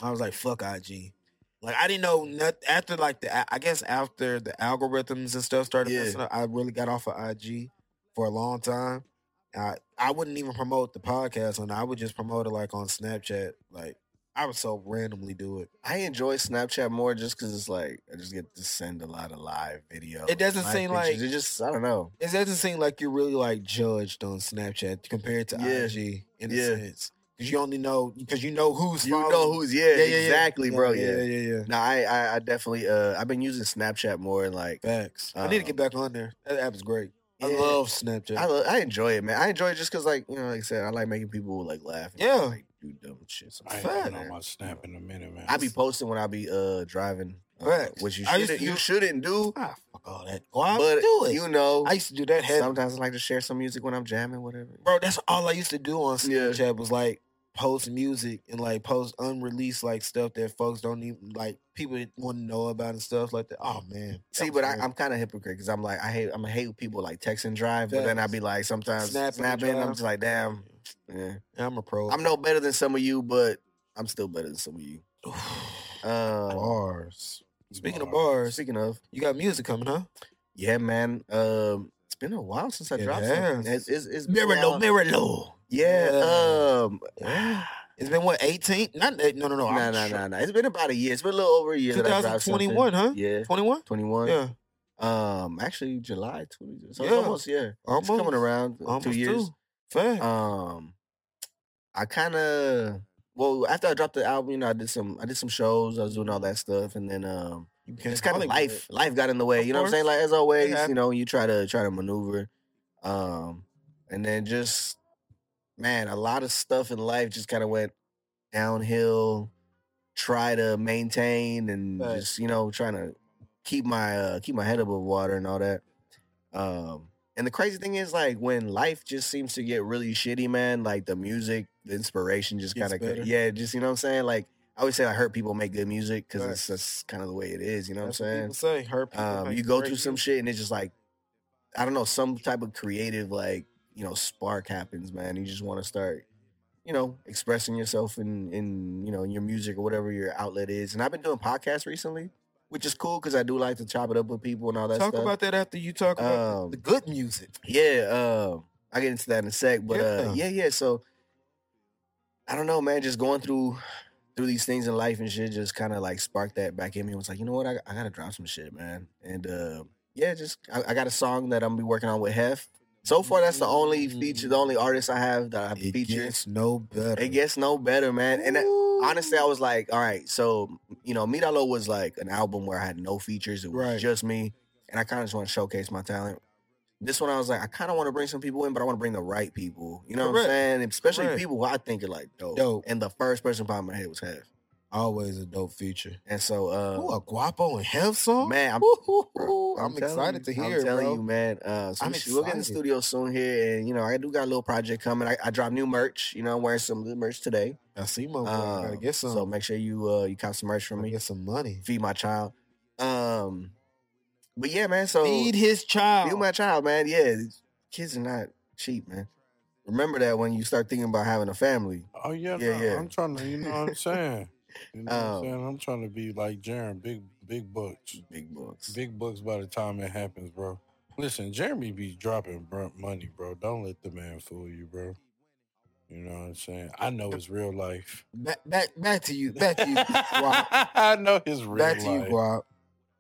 [SPEAKER 2] I was like, fuck IG. Like I didn't know not, after like the a- I guess after the algorithms and stuff started
[SPEAKER 3] Yeah.
[SPEAKER 2] messing up, I really got off of IG for a long time. I I wouldn't even promote the podcast on. it. I would just promote it like on Snapchat. Like I would so randomly do it.
[SPEAKER 3] I enjoy Snapchat more just because it's like I just get to send a lot of live videos.
[SPEAKER 2] It doesn't
[SPEAKER 3] live
[SPEAKER 2] seem
[SPEAKER 3] pictures.
[SPEAKER 2] like-
[SPEAKER 3] it just I don't know.
[SPEAKER 2] It doesn't seem like you're really like judged on Snapchat compared to
[SPEAKER 3] Yeah.
[SPEAKER 2] IG in a
[SPEAKER 3] Yeah.
[SPEAKER 2] sense because you only know because you know who's
[SPEAKER 3] You
[SPEAKER 2] following.
[SPEAKER 3] know who's yeah, exactly, bro. Yeah.
[SPEAKER 2] yeah, yeah, yeah.
[SPEAKER 3] No, I, I I definitely uh I've been using Snapchat more and like
[SPEAKER 2] Facts. I need to get
[SPEAKER 3] Um,
[SPEAKER 2] back on there. That app is great. I
[SPEAKER 3] yeah.
[SPEAKER 2] love Snapchat.
[SPEAKER 3] I, lo- I enjoy it, man. I enjoy it just because, like you know, like I said, I like making people like laugh. and,
[SPEAKER 2] Yeah.
[SPEAKER 3] like, do dumb shit. So
[SPEAKER 1] I ain't
[SPEAKER 2] Fuck.
[SPEAKER 1] been on my snap in a minute, man.
[SPEAKER 3] I be posting when I be uh driving, uh,
[SPEAKER 2] Facts.
[SPEAKER 3] which you
[SPEAKER 2] I used to
[SPEAKER 3] shouldn't you
[SPEAKER 2] do-
[SPEAKER 3] shouldn't do.
[SPEAKER 2] ah, fuck all that. Well, I
[SPEAKER 3] but
[SPEAKER 2] used to do it.
[SPEAKER 3] you know,
[SPEAKER 2] I used to do that heavy.
[SPEAKER 3] sometimes I like to share some music when I'm jamming, whatever.
[SPEAKER 2] Bro, that's all I used to do on
[SPEAKER 3] Yeah.
[SPEAKER 2] Snapchat was like post music and like post unreleased like stuff that folks don't even like people want to know about and stuff like that. Oh man. that
[SPEAKER 3] See,
[SPEAKER 2] was
[SPEAKER 3] but I,
[SPEAKER 2] great.
[SPEAKER 3] I'm kind of hypocrite because I'm like I hate I'm gonna hate people like text and drive, but then I
[SPEAKER 2] Facts.
[SPEAKER 3] be like sometimes
[SPEAKER 2] Snap and
[SPEAKER 3] snapping. I'm
[SPEAKER 2] drive.
[SPEAKER 3] just like damn, yeah.
[SPEAKER 2] I'm a pro.
[SPEAKER 3] I'm no better than some of you, but I'm still better than some of you. Uh,
[SPEAKER 2] bars. *sighs* Speaking of
[SPEAKER 1] Bars.
[SPEAKER 2] bars,
[SPEAKER 3] *laughs* speaking of,
[SPEAKER 2] you got music coming, huh?
[SPEAKER 3] yeah, man. Um, it's been a while since I
[SPEAKER 2] It
[SPEAKER 3] dropped something.
[SPEAKER 2] has.
[SPEAKER 3] It's, it's, it's been a
[SPEAKER 2] Miralo,
[SPEAKER 3] while.
[SPEAKER 2] Miralo.
[SPEAKER 3] Yeah.
[SPEAKER 2] Yeah.
[SPEAKER 3] Um.
[SPEAKER 2] Yeah. *gasps* It's been what 18? Not eight- no, no, no.
[SPEAKER 3] No,
[SPEAKER 2] I'm
[SPEAKER 3] no,
[SPEAKER 2] sure.
[SPEAKER 3] no, no. It's been about a year. It's been a little over a year. that I dropped something.
[SPEAKER 2] 2021, huh?
[SPEAKER 3] Yeah,
[SPEAKER 2] 21?
[SPEAKER 3] 21.
[SPEAKER 2] Yeah.
[SPEAKER 3] Um, actually, July 20. So
[SPEAKER 2] Yeah.
[SPEAKER 3] it's almost yeah.
[SPEAKER 2] Almost
[SPEAKER 3] It's coming around uh,
[SPEAKER 2] Almost
[SPEAKER 3] two years.
[SPEAKER 2] two. Fact.
[SPEAKER 3] Um, I kind of well after I dropped the album, you know, I did some I did some shows. I was doing all that stuff, and then um,
[SPEAKER 2] You can't
[SPEAKER 3] it's kind of
[SPEAKER 2] Hollywood.
[SPEAKER 3] life. Life got in the way.
[SPEAKER 2] Of
[SPEAKER 3] you know what I'm saying?
[SPEAKER 2] course.
[SPEAKER 3] Like as always, you
[SPEAKER 2] happens.
[SPEAKER 3] know, you try to try to maneuver. Um, and then just man, a lot of stuff in life just kind of went downhill. Try to maintain and
[SPEAKER 2] Right.
[SPEAKER 3] just you know trying to keep my uh, keep my head above water and all that. Um, and the crazy thing is like when life just seems to get really shitty, man. Like the music, the inspiration just
[SPEAKER 2] Gets
[SPEAKER 3] kind
[SPEAKER 2] better.
[SPEAKER 3] of yeah, just you know what I'm saying. Like I always say, I hurt people make good music because
[SPEAKER 2] Right.
[SPEAKER 3] it's just kind of the way it is. You know
[SPEAKER 2] That's
[SPEAKER 3] what I'm saying?
[SPEAKER 2] people say. Her people
[SPEAKER 3] um,
[SPEAKER 2] make
[SPEAKER 3] you go
[SPEAKER 2] great
[SPEAKER 3] through some
[SPEAKER 2] music.
[SPEAKER 3] shit and it's just like I don't know, some type of creative like you know spark happens, man. You just want to start, you know, expressing yourself in in you know in your music or whatever your outlet is. And I've been doing podcasts recently, which is cool because I do like to chop it up with people and all that
[SPEAKER 2] Talk
[SPEAKER 3] stuff.
[SPEAKER 2] about that after you talk about
[SPEAKER 3] Um,
[SPEAKER 2] the, the good music.
[SPEAKER 3] yeah, uh, I get into that in a sec, but uh, yeah, yeah. So I don't know, man. Just going through through these things in life and shit, just kind of like sparked that back in me. It was like, you know what, I, I gotta drop some shit, man. And uh, yeah, just I, I got a song that I'm gonna be working on with Hef. So far, that's the only feature, the only artist I have that I have
[SPEAKER 2] Mm. It
[SPEAKER 3] featured.
[SPEAKER 2] gets no better.
[SPEAKER 3] It gets no better, man. And uh, that-
[SPEAKER 2] Ooh.
[SPEAKER 3] honestly, I was like, all right, so you know, Meet Low was like an album where I had no features. It was
[SPEAKER 2] Right.
[SPEAKER 3] just me, and I kind of just want to showcase my talent. This one, I was like, I kind of want to bring some people in, but I want to bring the right people. You know what I'm
[SPEAKER 2] Correct.
[SPEAKER 3] saying? Especially
[SPEAKER 2] Correct.
[SPEAKER 3] people who I think are like dope.
[SPEAKER 2] Dope.
[SPEAKER 3] And the first person popped in my head was Hef.
[SPEAKER 2] always a dope feature.
[SPEAKER 3] And so, uh,
[SPEAKER 2] Ooh, a Guapo and Hev song? *laughs*
[SPEAKER 3] man, I'm,
[SPEAKER 2] Ooh,
[SPEAKER 3] bro,
[SPEAKER 2] I'm,
[SPEAKER 3] telling
[SPEAKER 2] excited
[SPEAKER 3] you,
[SPEAKER 2] to hear
[SPEAKER 3] I'm
[SPEAKER 2] it,
[SPEAKER 3] telling
[SPEAKER 2] bro.
[SPEAKER 3] you, man. Uh, so
[SPEAKER 2] I'm
[SPEAKER 3] we should- we'll get in the
[SPEAKER 2] excited.
[SPEAKER 3] studio soon here, and you know, I do got a little project coming. I, I dropped new merch. You know, I'm wearing some new merch today.
[SPEAKER 2] I see my boy. I gotta
[SPEAKER 3] Um,
[SPEAKER 2] get some.
[SPEAKER 3] So make sure you uh, you cop some merch from
[SPEAKER 2] Gotta
[SPEAKER 3] me.
[SPEAKER 2] get some money.
[SPEAKER 3] feed my child. Um, but yeah, man. So
[SPEAKER 2] Feed
[SPEAKER 3] feed,
[SPEAKER 2] his child.
[SPEAKER 3] my child, man. Yeah, kids are not cheap, man. Remember that when you start thinking about having a family.
[SPEAKER 1] Oh yeah,
[SPEAKER 3] Yeah,
[SPEAKER 1] no,
[SPEAKER 3] yeah.
[SPEAKER 1] I'm trying to, you know what I'm saying? You know what
[SPEAKER 3] Um,
[SPEAKER 1] I'm saying? I'm trying to be like Jeremy, big big bucks.
[SPEAKER 3] Big bucks.
[SPEAKER 1] Big bucks by the time it happens, bro. Listen, Jeremy be dropping brunt money, bro. Don't let the man fool you, bro. You know what I'm saying? I know it's real life.
[SPEAKER 2] back, back, back to you.
[SPEAKER 1] *laughs*
[SPEAKER 2] Back to you. Guap.
[SPEAKER 1] I know it's real
[SPEAKER 2] Back to you,
[SPEAKER 1] life.
[SPEAKER 2] Guap.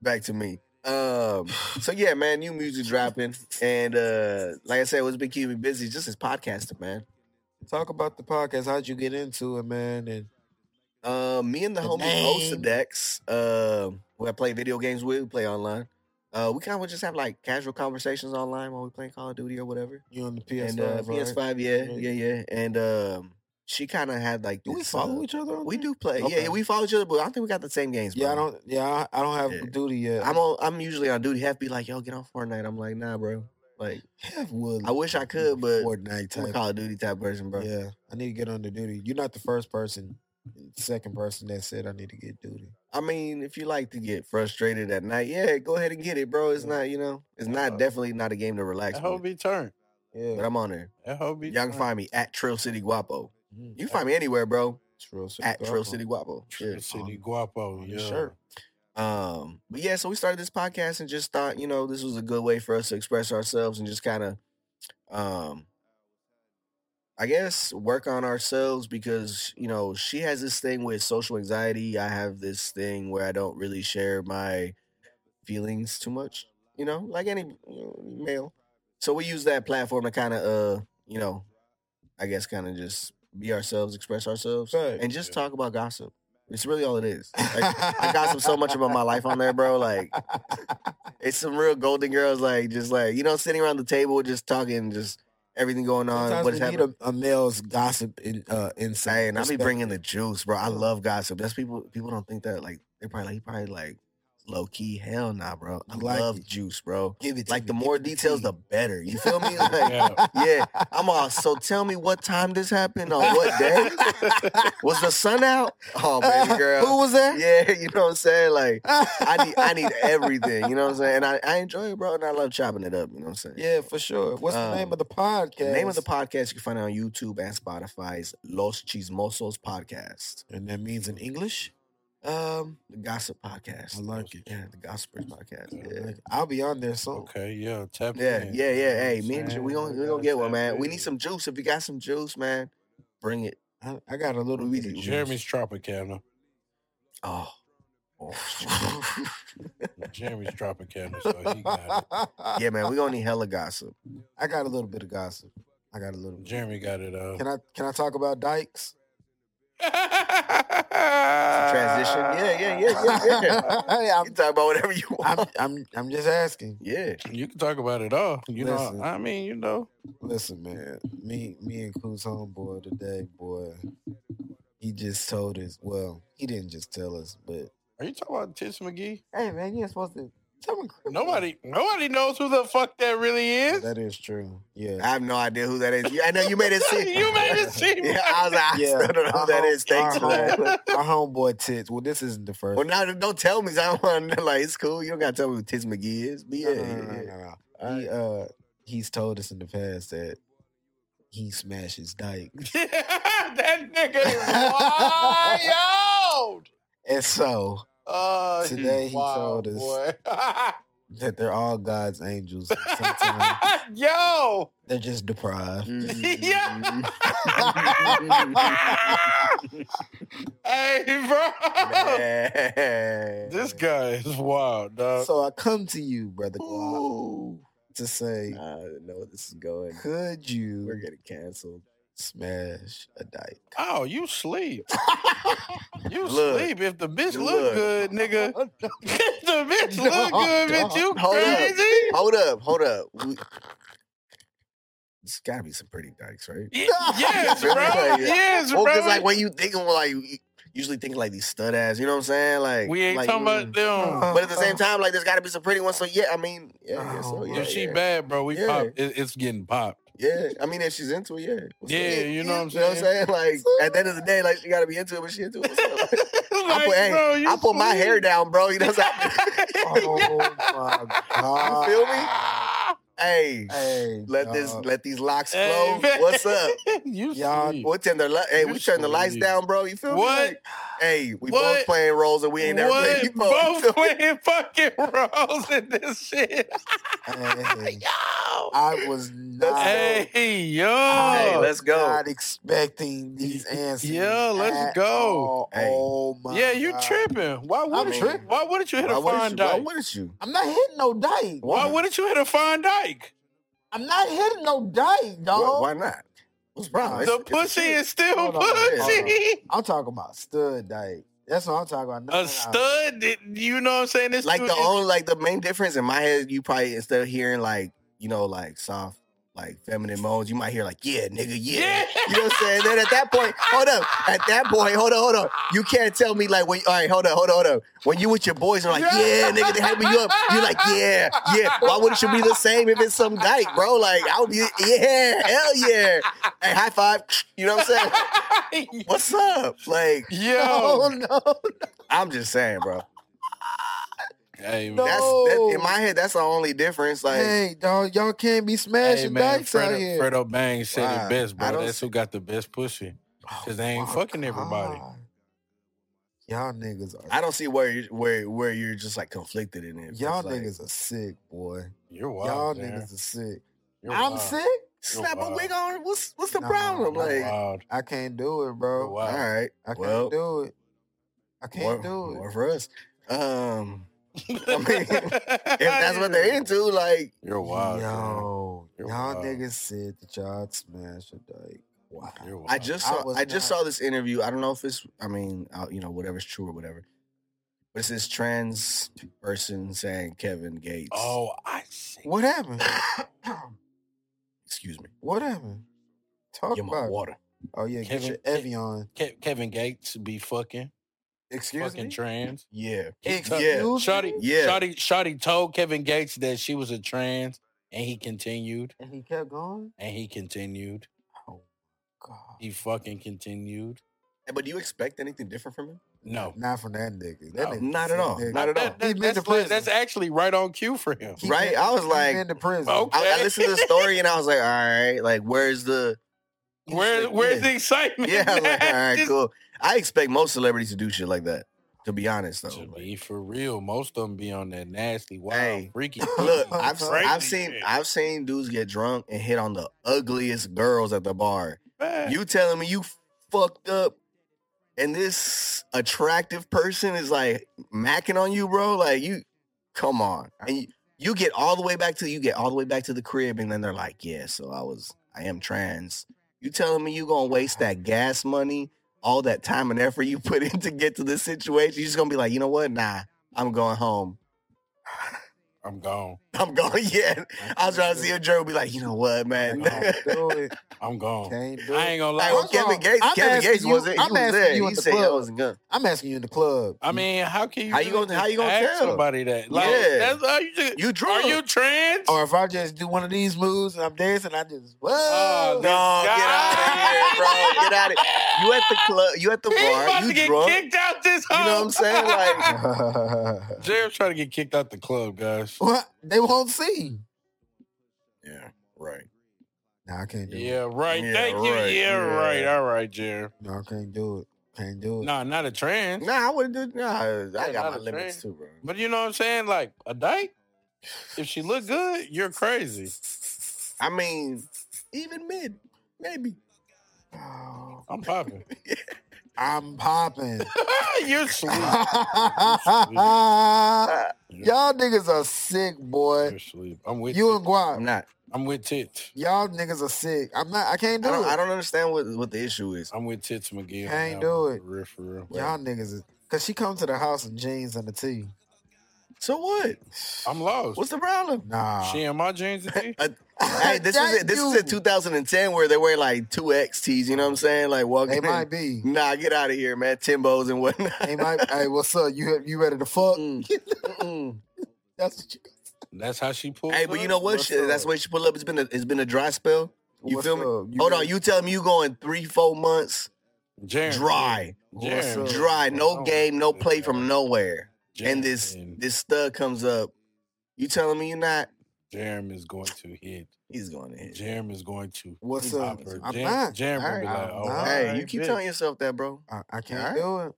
[SPEAKER 3] Back to me. Um, so yeah, man, new music dropping, and uh, like I said, what's been keeping me busy is just this podcasting, man.
[SPEAKER 2] Talk about the podcast. How'd you get into it, man? And
[SPEAKER 3] Uh, me and the,
[SPEAKER 2] The
[SPEAKER 3] homie
[SPEAKER 2] name.
[SPEAKER 3] Osadex, uh, who I play video games with, we play online. Uh, we kind of just have like casual conversations online while we playing Call of Duty or whatever.
[SPEAKER 2] you on the
[SPEAKER 3] and
[SPEAKER 2] PS5.
[SPEAKER 3] uh,
[SPEAKER 2] right?
[SPEAKER 3] PS5, yeah,
[SPEAKER 2] Yeah.
[SPEAKER 3] yeah, yeah. And um, she kind of had like
[SPEAKER 2] Do we
[SPEAKER 3] this,
[SPEAKER 2] follow
[SPEAKER 3] uh,
[SPEAKER 2] each other? on
[SPEAKER 3] We
[SPEAKER 2] there?
[SPEAKER 3] do play, yeah,
[SPEAKER 2] Okay.
[SPEAKER 3] yeah. We follow each other, but I don't think we got the same games.
[SPEAKER 2] Yeah, I
[SPEAKER 3] bro.
[SPEAKER 2] don't. Yeah, I, I don't have
[SPEAKER 3] Yeah.
[SPEAKER 2] duty yet.
[SPEAKER 3] I'm on, I'm usually on duty. Have to be like, yo, get on Fortnite. I'm like, nah, bro. Like
[SPEAKER 2] Have would.
[SPEAKER 3] I wish I could, but
[SPEAKER 2] Fortnite
[SPEAKER 3] I'm a
[SPEAKER 2] type.
[SPEAKER 3] Call of Duty type person, bro.
[SPEAKER 2] Yeah, I need to get under duty. You're not the first person, second person that said I need to get duty.
[SPEAKER 3] I mean, if you like to get frustrated at night, yeah, go ahead and get it, bro. It's
[SPEAKER 2] Yeah.
[SPEAKER 3] not, you know, it's not
[SPEAKER 1] Uh,
[SPEAKER 3] definitely not a game to
[SPEAKER 1] That
[SPEAKER 3] relax.
[SPEAKER 1] hoe
[SPEAKER 3] With,
[SPEAKER 1] be turned.
[SPEAKER 2] Yeah,
[SPEAKER 3] but I'm on there.
[SPEAKER 1] That hoe be.
[SPEAKER 3] Y'all can
[SPEAKER 1] turned.
[SPEAKER 3] find me at Trill City Guapo.
[SPEAKER 2] Mm,
[SPEAKER 3] You can find me anywhere, bro.
[SPEAKER 2] it's real sick,
[SPEAKER 3] At
[SPEAKER 2] bro.
[SPEAKER 3] Trill City Guapo. Yeah.
[SPEAKER 1] Tri- City Guapo.
[SPEAKER 3] Oh,
[SPEAKER 2] on
[SPEAKER 1] Yeah.
[SPEAKER 2] your shirt.
[SPEAKER 3] Um, but yeah, so we started this podcast and just thought, you know, this was a good way for us to express ourselves and just kind of, um, I guess work on ourselves because you know she has this thing with social anxiety. I have this thing where I don't really share my feelings too much. You know, like any you know, male. So we use that platform to kind of, uh, you know, I guess kind of just be ourselves, express ourselves,
[SPEAKER 2] Right. *laughs*
[SPEAKER 3] and just
[SPEAKER 1] Yeah.
[SPEAKER 3] talk about gossip. It's really all it is. Like, I gossip so
[SPEAKER 2] *laughs*
[SPEAKER 3] much about my life on there, bro. Like Uh, it's some real golden girls, like just like you know, sitting around the table, just talking, just everything going on.
[SPEAKER 2] Sometimes
[SPEAKER 3] what is
[SPEAKER 2] we need
[SPEAKER 3] happening?
[SPEAKER 2] a, a male's gossip in, uh, insight.
[SPEAKER 3] Hey, and I be
[SPEAKER 2] perspective.
[SPEAKER 3] bringing the juice, bro. I love gossip. That's people. People don't think that. Like they probably, like, he probably like low key. Hell nah, bro. I
[SPEAKER 2] You like
[SPEAKER 3] love
[SPEAKER 2] it.
[SPEAKER 3] juice, bro.
[SPEAKER 2] Give it to
[SPEAKER 3] Like the
[SPEAKER 2] me, give
[SPEAKER 3] more
[SPEAKER 2] it to
[SPEAKER 3] details,
[SPEAKER 2] me.
[SPEAKER 3] the better. You
[SPEAKER 2] *laughs*
[SPEAKER 3] feel me? Like,
[SPEAKER 1] Yeah.
[SPEAKER 3] yeah. I'm all. So tell me what time this happened on *laughs* what day? Was the sun out?
[SPEAKER 2] *laughs*
[SPEAKER 3] Oh, *laughs* baby girl.
[SPEAKER 2] Who was that?
[SPEAKER 3] yeah, *laughs* you know what I'm saying? Like I need I need everything. You know what I'm saying? And I, I enjoy it, bro. And I love chopping it up. You know what I'm saying?
[SPEAKER 2] *laughs* Yeah, for sure. What's the name
[SPEAKER 3] Um,
[SPEAKER 2] of the podcast?
[SPEAKER 3] The name of the podcast you can find it on YouTube and Spotify is Los Chismosos Podcast.
[SPEAKER 2] and that means in English.
[SPEAKER 3] Um, the Gossip Podcast.
[SPEAKER 2] I like it.
[SPEAKER 3] Yeah, the Gossipers Podcast.
[SPEAKER 2] I
[SPEAKER 3] Yeah.
[SPEAKER 2] like it. I'll be on there soon.
[SPEAKER 1] *laughs* Okay. Yeah. Tap
[SPEAKER 3] Yeah,
[SPEAKER 1] in.
[SPEAKER 3] yeah,
[SPEAKER 1] you know
[SPEAKER 3] yeah. Hey,
[SPEAKER 1] what
[SPEAKER 3] me
[SPEAKER 1] I'm
[SPEAKER 3] and Ju-
[SPEAKER 1] saying?
[SPEAKER 3] we gonna we
[SPEAKER 1] Gotta
[SPEAKER 3] gonna get one,
[SPEAKER 1] tap
[SPEAKER 3] man. We
[SPEAKER 1] in.
[SPEAKER 3] need some juice. If you got some juice, man, bring it.
[SPEAKER 2] I, I got a little
[SPEAKER 3] We
[SPEAKER 2] bit of
[SPEAKER 3] need-
[SPEAKER 1] Jeremy's dropping camera.
[SPEAKER 3] Oh.
[SPEAKER 1] *laughs* Jeremy's dropping camera, so he got
[SPEAKER 2] *laughs*
[SPEAKER 3] yeah, man, we gonna need hella gossip.
[SPEAKER 2] I got a little bit of gossip. I got a little.
[SPEAKER 1] it.
[SPEAKER 2] Bit.
[SPEAKER 1] Jeremy got it. Uh,
[SPEAKER 2] Can I can I talk about Dykes?
[SPEAKER 1] transition.
[SPEAKER 3] Yeah, yeah, yeah,
[SPEAKER 2] *laughs*
[SPEAKER 3] yeah, yeah.
[SPEAKER 2] Hey,
[SPEAKER 3] You can talk about whatever you
[SPEAKER 2] I'm,
[SPEAKER 3] *laughs* want.
[SPEAKER 2] I'm I'm I'm just asking.
[SPEAKER 3] yeah.
[SPEAKER 1] You can talk about it all. You
[SPEAKER 2] Listen.
[SPEAKER 1] know, I mean, you know.
[SPEAKER 2] Listen, man. Me me and Coos homeboy today, boy. He just told us. Well, he didn't just tell us, but
[SPEAKER 1] Are you talking about Tish McGee?
[SPEAKER 2] hey, man, you're supposed to. Tell me
[SPEAKER 1] Nobody, nobody knows who the fuck that really is.
[SPEAKER 2] That is true.
[SPEAKER 3] I
[SPEAKER 2] Yeah.
[SPEAKER 3] have no idea who that is. You- I know you
[SPEAKER 1] *laughs*
[SPEAKER 3] made it seem.
[SPEAKER 1] you made it seem.
[SPEAKER 3] *laughs* Yeah, uh-huh, I was like, I
[SPEAKER 2] Yeah,
[SPEAKER 3] still don't know who
[SPEAKER 2] our
[SPEAKER 3] that
[SPEAKER 2] home-
[SPEAKER 3] is. Thanks
[SPEAKER 2] our
[SPEAKER 3] for *laughs* that.
[SPEAKER 2] Our homeboy tits. Well, this isn't the first.
[SPEAKER 3] Well, now don't tell me. 'cause I don't want to know. Like, it's cool. You don't got to tell me who Tiz McGee is. But yeah,
[SPEAKER 2] No, no,
[SPEAKER 3] yeah,
[SPEAKER 2] no, no, no,
[SPEAKER 3] yeah.
[SPEAKER 2] no.
[SPEAKER 3] All
[SPEAKER 2] He
[SPEAKER 3] right.
[SPEAKER 2] uh he's told us in the past that he smashes Dyke.
[SPEAKER 1] *laughs* that nigga is wild.
[SPEAKER 2] And so
[SPEAKER 1] Oh, he's
[SPEAKER 2] Today he
[SPEAKER 1] wild,
[SPEAKER 2] told us-
[SPEAKER 1] boy.
[SPEAKER 2] that they're all God's angels. and
[SPEAKER 3] *laughs*
[SPEAKER 2] Sometimes
[SPEAKER 1] *laughs* Yo.
[SPEAKER 2] they're just deprived.
[SPEAKER 1] Yeah.
[SPEAKER 3] Mm.
[SPEAKER 1] hey, bro.
[SPEAKER 3] *laughs* Uh-huh. Man.
[SPEAKER 1] *laughs*
[SPEAKER 3] *laughs*
[SPEAKER 1] This guy is wild, dog.
[SPEAKER 2] So I come to you, brother Glock,
[SPEAKER 3] Uh, Ooh.
[SPEAKER 2] to say,
[SPEAKER 3] I don't know where this is going.
[SPEAKER 2] could
[SPEAKER 3] We're
[SPEAKER 2] you *laughs*
[SPEAKER 3] getting canceled.
[SPEAKER 2] smash a dyke?
[SPEAKER 1] oh, you sleep. You
[SPEAKER 3] Look.
[SPEAKER 1] sleep. If the bitch look,
[SPEAKER 3] Look.
[SPEAKER 1] good, nigga. *laughs*
[SPEAKER 2] Oh
[SPEAKER 3] *laughs*
[SPEAKER 1] if the bitch
[SPEAKER 2] No,
[SPEAKER 1] look good,
[SPEAKER 2] dog.
[SPEAKER 1] bitch, you
[SPEAKER 3] Hold up. *laughs*
[SPEAKER 1] crazy.
[SPEAKER 3] Hold up. Hold up. We- There's got to be some pretty dykes, right?
[SPEAKER 1] Y- Yes, bro.
[SPEAKER 3] Really? Like,
[SPEAKER 1] Yes, *laughs*
[SPEAKER 3] Well,
[SPEAKER 1] bro.
[SPEAKER 3] because like when you thinking, like you usually think like these stud ass. You know what I'm saying? Like
[SPEAKER 1] we ain't
[SPEAKER 3] like,
[SPEAKER 1] talking about
[SPEAKER 3] mm.
[SPEAKER 1] them.
[SPEAKER 2] Uh,
[SPEAKER 3] But at the same time, like there's got to be some pretty ones. So yeah, I mean, yeah, yeah, so,
[SPEAKER 2] Oh,
[SPEAKER 3] yeah,
[SPEAKER 1] if she
[SPEAKER 3] yeah.
[SPEAKER 1] bad, bro, we
[SPEAKER 3] Yeah.
[SPEAKER 1] pop. It, it's getting popped.
[SPEAKER 3] yeah. I mean, if she's into it, yeah. What's up?
[SPEAKER 1] Yeah, you know what I'm
[SPEAKER 3] You know what I'm
[SPEAKER 1] saying?
[SPEAKER 3] saying?
[SPEAKER 1] *laughs*
[SPEAKER 3] Like at the end of the day, like she got to be into it, but she into it. What's up? *laughs* I
[SPEAKER 1] Like,
[SPEAKER 3] put, hey,
[SPEAKER 1] bro, you
[SPEAKER 3] I put my hair
[SPEAKER 1] sleep.
[SPEAKER 3] down, bro. You know what
[SPEAKER 1] *laughs*
[SPEAKER 3] I'm saying? *laughs*
[SPEAKER 2] Oh my god!
[SPEAKER 3] feel me? hey,
[SPEAKER 2] Hey,
[SPEAKER 3] let this, *laughs*
[SPEAKER 2] dog.
[SPEAKER 3] let these locks
[SPEAKER 1] Hey,
[SPEAKER 3] flow.
[SPEAKER 1] man. *laughs*
[SPEAKER 3] What's up?
[SPEAKER 1] you
[SPEAKER 2] Y'all-
[SPEAKER 1] sleep.
[SPEAKER 3] We'll turn the li- hey,
[SPEAKER 1] You
[SPEAKER 3] we turn the lights
[SPEAKER 1] sleep.
[SPEAKER 3] down, bro. You feel me?
[SPEAKER 1] What?
[SPEAKER 3] Like, hey, we both
[SPEAKER 1] What?
[SPEAKER 3] playing roles and we ain't never
[SPEAKER 1] what?
[SPEAKER 3] played before. *laughs* You feel
[SPEAKER 1] Both
[SPEAKER 3] me?
[SPEAKER 1] playing fucking *laughs* roles in this shit.
[SPEAKER 2] Hey,
[SPEAKER 1] Yo.
[SPEAKER 2] I was not.
[SPEAKER 1] Hey, yo.
[SPEAKER 2] I
[SPEAKER 3] Hey,
[SPEAKER 2] was
[SPEAKER 3] let's go.
[SPEAKER 2] Not expecting these answers.
[SPEAKER 1] Yeah, let's
[SPEAKER 2] at
[SPEAKER 1] go.
[SPEAKER 2] all.
[SPEAKER 3] Hey.
[SPEAKER 2] Oh my!
[SPEAKER 1] yeah, you
[SPEAKER 2] God.
[SPEAKER 1] tripping. Why wouldn't you?
[SPEAKER 2] tripping.
[SPEAKER 1] Why wouldn't you hit
[SPEAKER 3] Why
[SPEAKER 1] a
[SPEAKER 3] wouldn't
[SPEAKER 1] fine
[SPEAKER 3] you? Why
[SPEAKER 1] dyke?
[SPEAKER 3] wouldn't you?
[SPEAKER 2] I'm not hitting no dyke.
[SPEAKER 1] Why wouldn't you hit a fine dyke?
[SPEAKER 2] I'm not hitting no dyke, dog.
[SPEAKER 3] Why, why not? What's wrong?
[SPEAKER 2] The
[SPEAKER 3] It's-
[SPEAKER 1] The
[SPEAKER 3] it's a
[SPEAKER 1] pussy
[SPEAKER 3] chick.
[SPEAKER 1] is still
[SPEAKER 2] Hold on,
[SPEAKER 1] *laughs*
[SPEAKER 2] hold
[SPEAKER 1] pussy.
[SPEAKER 2] I'm talking about stud dyke. That's what I'm talking about. No, no, no.
[SPEAKER 1] A
[SPEAKER 2] *laughs*
[SPEAKER 1] stud, it- you know what I'm saying? This *laughs*
[SPEAKER 3] like the
[SPEAKER 1] dude is-
[SPEAKER 3] only like the main difference in my head. You probably instead of hearing like you know like soft like feminine modes, you might hear like, yeah, nigga, yeah. You know what I'm saying? Then at that point, hold up. At that point, hold on, hold on. You can't tell me like when all right, hold on, hold on, hold on. When you with your boys and like, yeah, nigga, they hyping you up. You're like, yeah, yeah. Why wouldn't you be the same if it's some dyke, bro? Like, I would be, yeah, hell yeah. Hey, high five. You know what I'm *laughs* saying? What's up? Like,
[SPEAKER 1] Yo.
[SPEAKER 2] Oh, no, no.
[SPEAKER 3] I'm just saying, bro.
[SPEAKER 1] *laughs* Hey, man.
[SPEAKER 2] No.
[SPEAKER 3] That's that, in my head, that's the only difference. Like
[SPEAKER 2] Hey, dog, y'all can't be
[SPEAKER 1] Hey,
[SPEAKER 2] smashing
[SPEAKER 1] man,
[SPEAKER 2] dykes out
[SPEAKER 1] Fredo,
[SPEAKER 2] here.
[SPEAKER 1] Fredo Bang said
[SPEAKER 3] Wow.
[SPEAKER 1] it best,
[SPEAKER 3] I
[SPEAKER 1] bro.
[SPEAKER 3] don't Oh,
[SPEAKER 1] That's who got the best pussy. Cause they ain't
[SPEAKER 2] My
[SPEAKER 1] fucking everybody.
[SPEAKER 2] God. Oh. Y'all niggas are
[SPEAKER 3] I don't see where you're, where where you're just like conflicted in it.
[SPEAKER 2] y'all
[SPEAKER 3] It's like,
[SPEAKER 2] niggas are sick, boy.
[SPEAKER 1] You're
[SPEAKER 2] y'all
[SPEAKER 1] wild. man.
[SPEAKER 2] niggas are sick.
[SPEAKER 1] You're
[SPEAKER 2] I'm
[SPEAKER 1] wild.
[SPEAKER 2] sick.
[SPEAKER 3] Snap
[SPEAKER 1] Wow.
[SPEAKER 3] a wig on. What's what's the
[SPEAKER 2] Nah,
[SPEAKER 3] problem?
[SPEAKER 2] nah,
[SPEAKER 3] Like,
[SPEAKER 1] You're
[SPEAKER 3] *laughs*
[SPEAKER 1] wild.
[SPEAKER 2] I can't do it,
[SPEAKER 1] You're
[SPEAKER 2] bro.
[SPEAKER 3] all
[SPEAKER 1] wild.
[SPEAKER 3] right,
[SPEAKER 2] I can't
[SPEAKER 3] well,
[SPEAKER 2] do it. I
[SPEAKER 3] more,
[SPEAKER 2] can't do
[SPEAKER 3] more
[SPEAKER 2] it.
[SPEAKER 3] for us. Um, *laughs* if if
[SPEAKER 1] *laughs*
[SPEAKER 3] that's what they're into, like,
[SPEAKER 1] You're wild. man.
[SPEAKER 2] Yo,
[SPEAKER 1] You're
[SPEAKER 2] y'all
[SPEAKER 1] wild.
[SPEAKER 2] niggas said that y'all smash a dyke. Wow.
[SPEAKER 1] You're wild.
[SPEAKER 3] I just
[SPEAKER 2] I
[SPEAKER 3] saw
[SPEAKER 2] was
[SPEAKER 3] I, just
[SPEAKER 2] not-
[SPEAKER 3] saw this interview. I don't know if it's I mean I, you know whatever's true or whatever. But it's this trans person saying Kevin Gates.
[SPEAKER 1] Oh, I see.
[SPEAKER 2] What
[SPEAKER 3] *coughs*
[SPEAKER 2] happened?
[SPEAKER 3] excuse me.
[SPEAKER 2] what happened? Talk
[SPEAKER 3] You're my
[SPEAKER 2] about. it.
[SPEAKER 3] water.
[SPEAKER 2] Oh yeah,
[SPEAKER 1] Kevin-
[SPEAKER 2] get your Evian.
[SPEAKER 1] Ke- Kevin Gates be fucking
[SPEAKER 2] Excuse
[SPEAKER 1] fucking
[SPEAKER 2] me.
[SPEAKER 1] trans.
[SPEAKER 3] Yeah.
[SPEAKER 1] He
[SPEAKER 2] Excuse
[SPEAKER 1] told-
[SPEAKER 2] me?
[SPEAKER 1] Shawty,
[SPEAKER 3] Yeah.
[SPEAKER 1] Shawty, Shawty told Kevin Gates that she was a trans, and he continued,
[SPEAKER 2] And he kept going.
[SPEAKER 1] and he continued,
[SPEAKER 2] Oh God.
[SPEAKER 1] he fucking continued.
[SPEAKER 3] But do you expect anything different from him?
[SPEAKER 1] No,
[SPEAKER 2] Not from that nigga. That
[SPEAKER 1] No,
[SPEAKER 2] nigga
[SPEAKER 3] not at
[SPEAKER 2] sick
[SPEAKER 3] all.
[SPEAKER 2] nigga.
[SPEAKER 3] Not at all.
[SPEAKER 1] That- that-
[SPEAKER 2] He been
[SPEAKER 1] that's,
[SPEAKER 2] to
[SPEAKER 1] like-
[SPEAKER 2] prison.
[SPEAKER 1] that's actually right on cue for
[SPEAKER 3] *laughs*
[SPEAKER 1] him.
[SPEAKER 2] He
[SPEAKER 3] Right?
[SPEAKER 2] been-
[SPEAKER 3] I was
[SPEAKER 2] he
[SPEAKER 3] like,
[SPEAKER 2] been to prison.
[SPEAKER 1] Okay.
[SPEAKER 3] I, I listened to the story and I was like, all right, like
[SPEAKER 1] *laughs*
[SPEAKER 3] where's the He's
[SPEAKER 1] Where,
[SPEAKER 3] like,
[SPEAKER 1] where's
[SPEAKER 3] yeah.
[SPEAKER 1] the excitement? *laughs*
[SPEAKER 3] Yeah, I was like, all right,
[SPEAKER 1] Just-
[SPEAKER 3] cool. I expect most celebrities to do shit like that. To be honest though.
[SPEAKER 1] To
[SPEAKER 3] Like,
[SPEAKER 1] be for real, most of them be on that nasty, wild,
[SPEAKER 3] Hey,
[SPEAKER 1] freaky.
[SPEAKER 3] *laughs*
[SPEAKER 1] *laughs*
[SPEAKER 3] Look,
[SPEAKER 1] crazy
[SPEAKER 3] I've I've seen
[SPEAKER 1] shit.
[SPEAKER 3] I've seen dudes get drunk and hit on the ugliest girls at the bar.
[SPEAKER 1] Man.
[SPEAKER 3] You telling me you fucked up, and this attractive person is like macking on you, bro? Like you, come on, and you, you get all the way back to you get all the way back to the crib, and then they're like, yeah, so I was I am trans. You telling me you gonna waste that gas money, all that time and effort you *laughs* put in to get to this situation? You just gonna be like, you know what? Nah, I'm going home. *laughs*
[SPEAKER 1] I'm gone.
[SPEAKER 3] I'm going. *laughs* Yeah, I was trying to see a Joe be like, you know what, man.
[SPEAKER 1] Nah,
[SPEAKER 2] Can't do it.
[SPEAKER 1] I'm gone.
[SPEAKER 2] Can't do
[SPEAKER 1] Oh. I
[SPEAKER 2] it.
[SPEAKER 1] ain't gonna
[SPEAKER 3] *laughs* Like,
[SPEAKER 1] lie.
[SPEAKER 3] well,
[SPEAKER 2] First of all,
[SPEAKER 3] Kevin Gates,
[SPEAKER 2] I'm
[SPEAKER 3] Kevin
[SPEAKER 2] asking
[SPEAKER 3] Gates
[SPEAKER 2] you-
[SPEAKER 3] wasn't. He
[SPEAKER 2] I'm
[SPEAKER 3] was
[SPEAKER 2] asking
[SPEAKER 3] there.
[SPEAKER 2] you
[SPEAKER 3] He
[SPEAKER 2] in the
[SPEAKER 3] said, I
[SPEAKER 2] club.
[SPEAKER 3] wasn't good.
[SPEAKER 2] I'm asking you in the club.
[SPEAKER 1] I mean, how can you?
[SPEAKER 3] How you
[SPEAKER 1] really
[SPEAKER 3] gonna- how
[SPEAKER 1] just
[SPEAKER 3] you gonna
[SPEAKER 1] ask
[SPEAKER 3] tell 'em?
[SPEAKER 1] somebody that? Like,
[SPEAKER 3] Yeah.
[SPEAKER 1] that's how you just.
[SPEAKER 3] You drunk.
[SPEAKER 1] Are you trans? *laughs*
[SPEAKER 2] Or if I just do one of these moves and I'm dancing, I just whoa.
[SPEAKER 1] Oh,
[SPEAKER 2] *laughs*
[SPEAKER 3] No, get out of here, bro. Get out of You at the club. You *laughs* at the
[SPEAKER 1] He's
[SPEAKER 3] bar.
[SPEAKER 1] about
[SPEAKER 3] You
[SPEAKER 1] to get
[SPEAKER 3] drunk. You
[SPEAKER 1] kicked out this
[SPEAKER 3] know
[SPEAKER 1] home.
[SPEAKER 3] what I'm saying?
[SPEAKER 1] *laughs*
[SPEAKER 3] Like,
[SPEAKER 1] Jared's trying to get kicked out the club, guys.
[SPEAKER 3] Oh,
[SPEAKER 2] what? They won't see.
[SPEAKER 3] yeah, right.
[SPEAKER 2] No, I can't do it.
[SPEAKER 1] Yeah, right.
[SPEAKER 3] Yeah,
[SPEAKER 1] Thank you.
[SPEAKER 3] right,
[SPEAKER 1] Yeah,
[SPEAKER 3] yeah.
[SPEAKER 1] right. All right, Jared.
[SPEAKER 2] No, I can't do it. Can't do it.
[SPEAKER 1] Nah, not a trans.
[SPEAKER 3] Nah, I wouldn't do. Nah, I
[SPEAKER 1] not
[SPEAKER 3] got my
[SPEAKER 1] a
[SPEAKER 3] limits
[SPEAKER 1] trend.
[SPEAKER 3] too, bro.
[SPEAKER 1] But you know what I'm saying? Like a dyke. If she look good, you're crazy.
[SPEAKER 3] I mean, even mid, maybe.
[SPEAKER 2] Oh,
[SPEAKER 1] I'm popping.
[SPEAKER 2] *sighs*
[SPEAKER 1] *laughs*
[SPEAKER 2] I'm popping. *laughs*
[SPEAKER 1] you're
[SPEAKER 3] *laughs*
[SPEAKER 1] sweet.
[SPEAKER 2] Y'all niggas are sick, boy.
[SPEAKER 1] You're sweet. I'm with
[SPEAKER 2] You
[SPEAKER 1] you.
[SPEAKER 2] and Guap.
[SPEAKER 3] I'm not.
[SPEAKER 1] I'm with tits.
[SPEAKER 2] Y'all niggas are sick. I'm not. I can't do
[SPEAKER 3] I don't.
[SPEAKER 2] it.
[SPEAKER 3] I don't understand what what the issue is.
[SPEAKER 1] I'm with tits McGee. on
[SPEAKER 2] Can't
[SPEAKER 1] that
[SPEAKER 2] do
[SPEAKER 1] one,
[SPEAKER 2] it.
[SPEAKER 1] For real, for real.
[SPEAKER 2] Y'all niggas is because she come to the house in jeans and a tee.
[SPEAKER 3] So what?
[SPEAKER 1] I'm lost.
[SPEAKER 3] What's the problem?
[SPEAKER 2] Nah.
[SPEAKER 1] she in my jeans and tee?
[SPEAKER 3] Uh, *laughs*
[SPEAKER 2] *laughs*
[SPEAKER 3] hey, this is
[SPEAKER 2] Thank
[SPEAKER 3] it. This is
[SPEAKER 2] you.
[SPEAKER 3] in 2010 where they wear like two XTs. You know what I'm saying? Like walking.
[SPEAKER 2] They
[SPEAKER 3] in.
[SPEAKER 2] might be.
[SPEAKER 3] Nah, get out of here, man. Timbos and whatnot. *laughs*
[SPEAKER 2] They might. hey, what's up? You you ready to fuck?
[SPEAKER 3] Mm. Mm.
[SPEAKER 2] That's what you,
[SPEAKER 1] *laughs* That's how she pulled.
[SPEAKER 3] hey, but you know what?
[SPEAKER 2] What's
[SPEAKER 3] Shit, that's
[SPEAKER 2] up?
[SPEAKER 3] where she pull up. It's been a, it's been a dry spell. You
[SPEAKER 2] what's
[SPEAKER 3] feel me?
[SPEAKER 2] up?
[SPEAKER 3] Hold on, you tell me you going three, four months
[SPEAKER 1] Jaren,
[SPEAKER 3] dry,
[SPEAKER 2] What's
[SPEAKER 1] Jaren,
[SPEAKER 2] up?
[SPEAKER 3] dry, no
[SPEAKER 1] Oh,
[SPEAKER 3] game, no
[SPEAKER 1] yeah.
[SPEAKER 3] play from nowhere,
[SPEAKER 1] Jaren,
[SPEAKER 3] and this this stud comes up. You telling me you're not?
[SPEAKER 1] Jerem is going to hit.
[SPEAKER 3] He's going to hit.
[SPEAKER 1] Jerem is going to.
[SPEAKER 2] What's up?
[SPEAKER 1] pop her.
[SPEAKER 2] I'm
[SPEAKER 1] Jer-
[SPEAKER 2] not.
[SPEAKER 1] Jerem gonna be
[SPEAKER 2] All right,
[SPEAKER 1] like, oh,
[SPEAKER 2] I'm not.
[SPEAKER 3] hey,
[SPEAKER 1] all
[SPEAKER 3] you
[SPEAKER 1] right,
[SPEAKER 3] keep
[SPEAKER 1] bitch.
[SPEAKER 3] telling yourself that, bro.
[SPEAKER 2] I, I
[SPEAKER 3] Alright.
[SPEAKER 2] can't do it.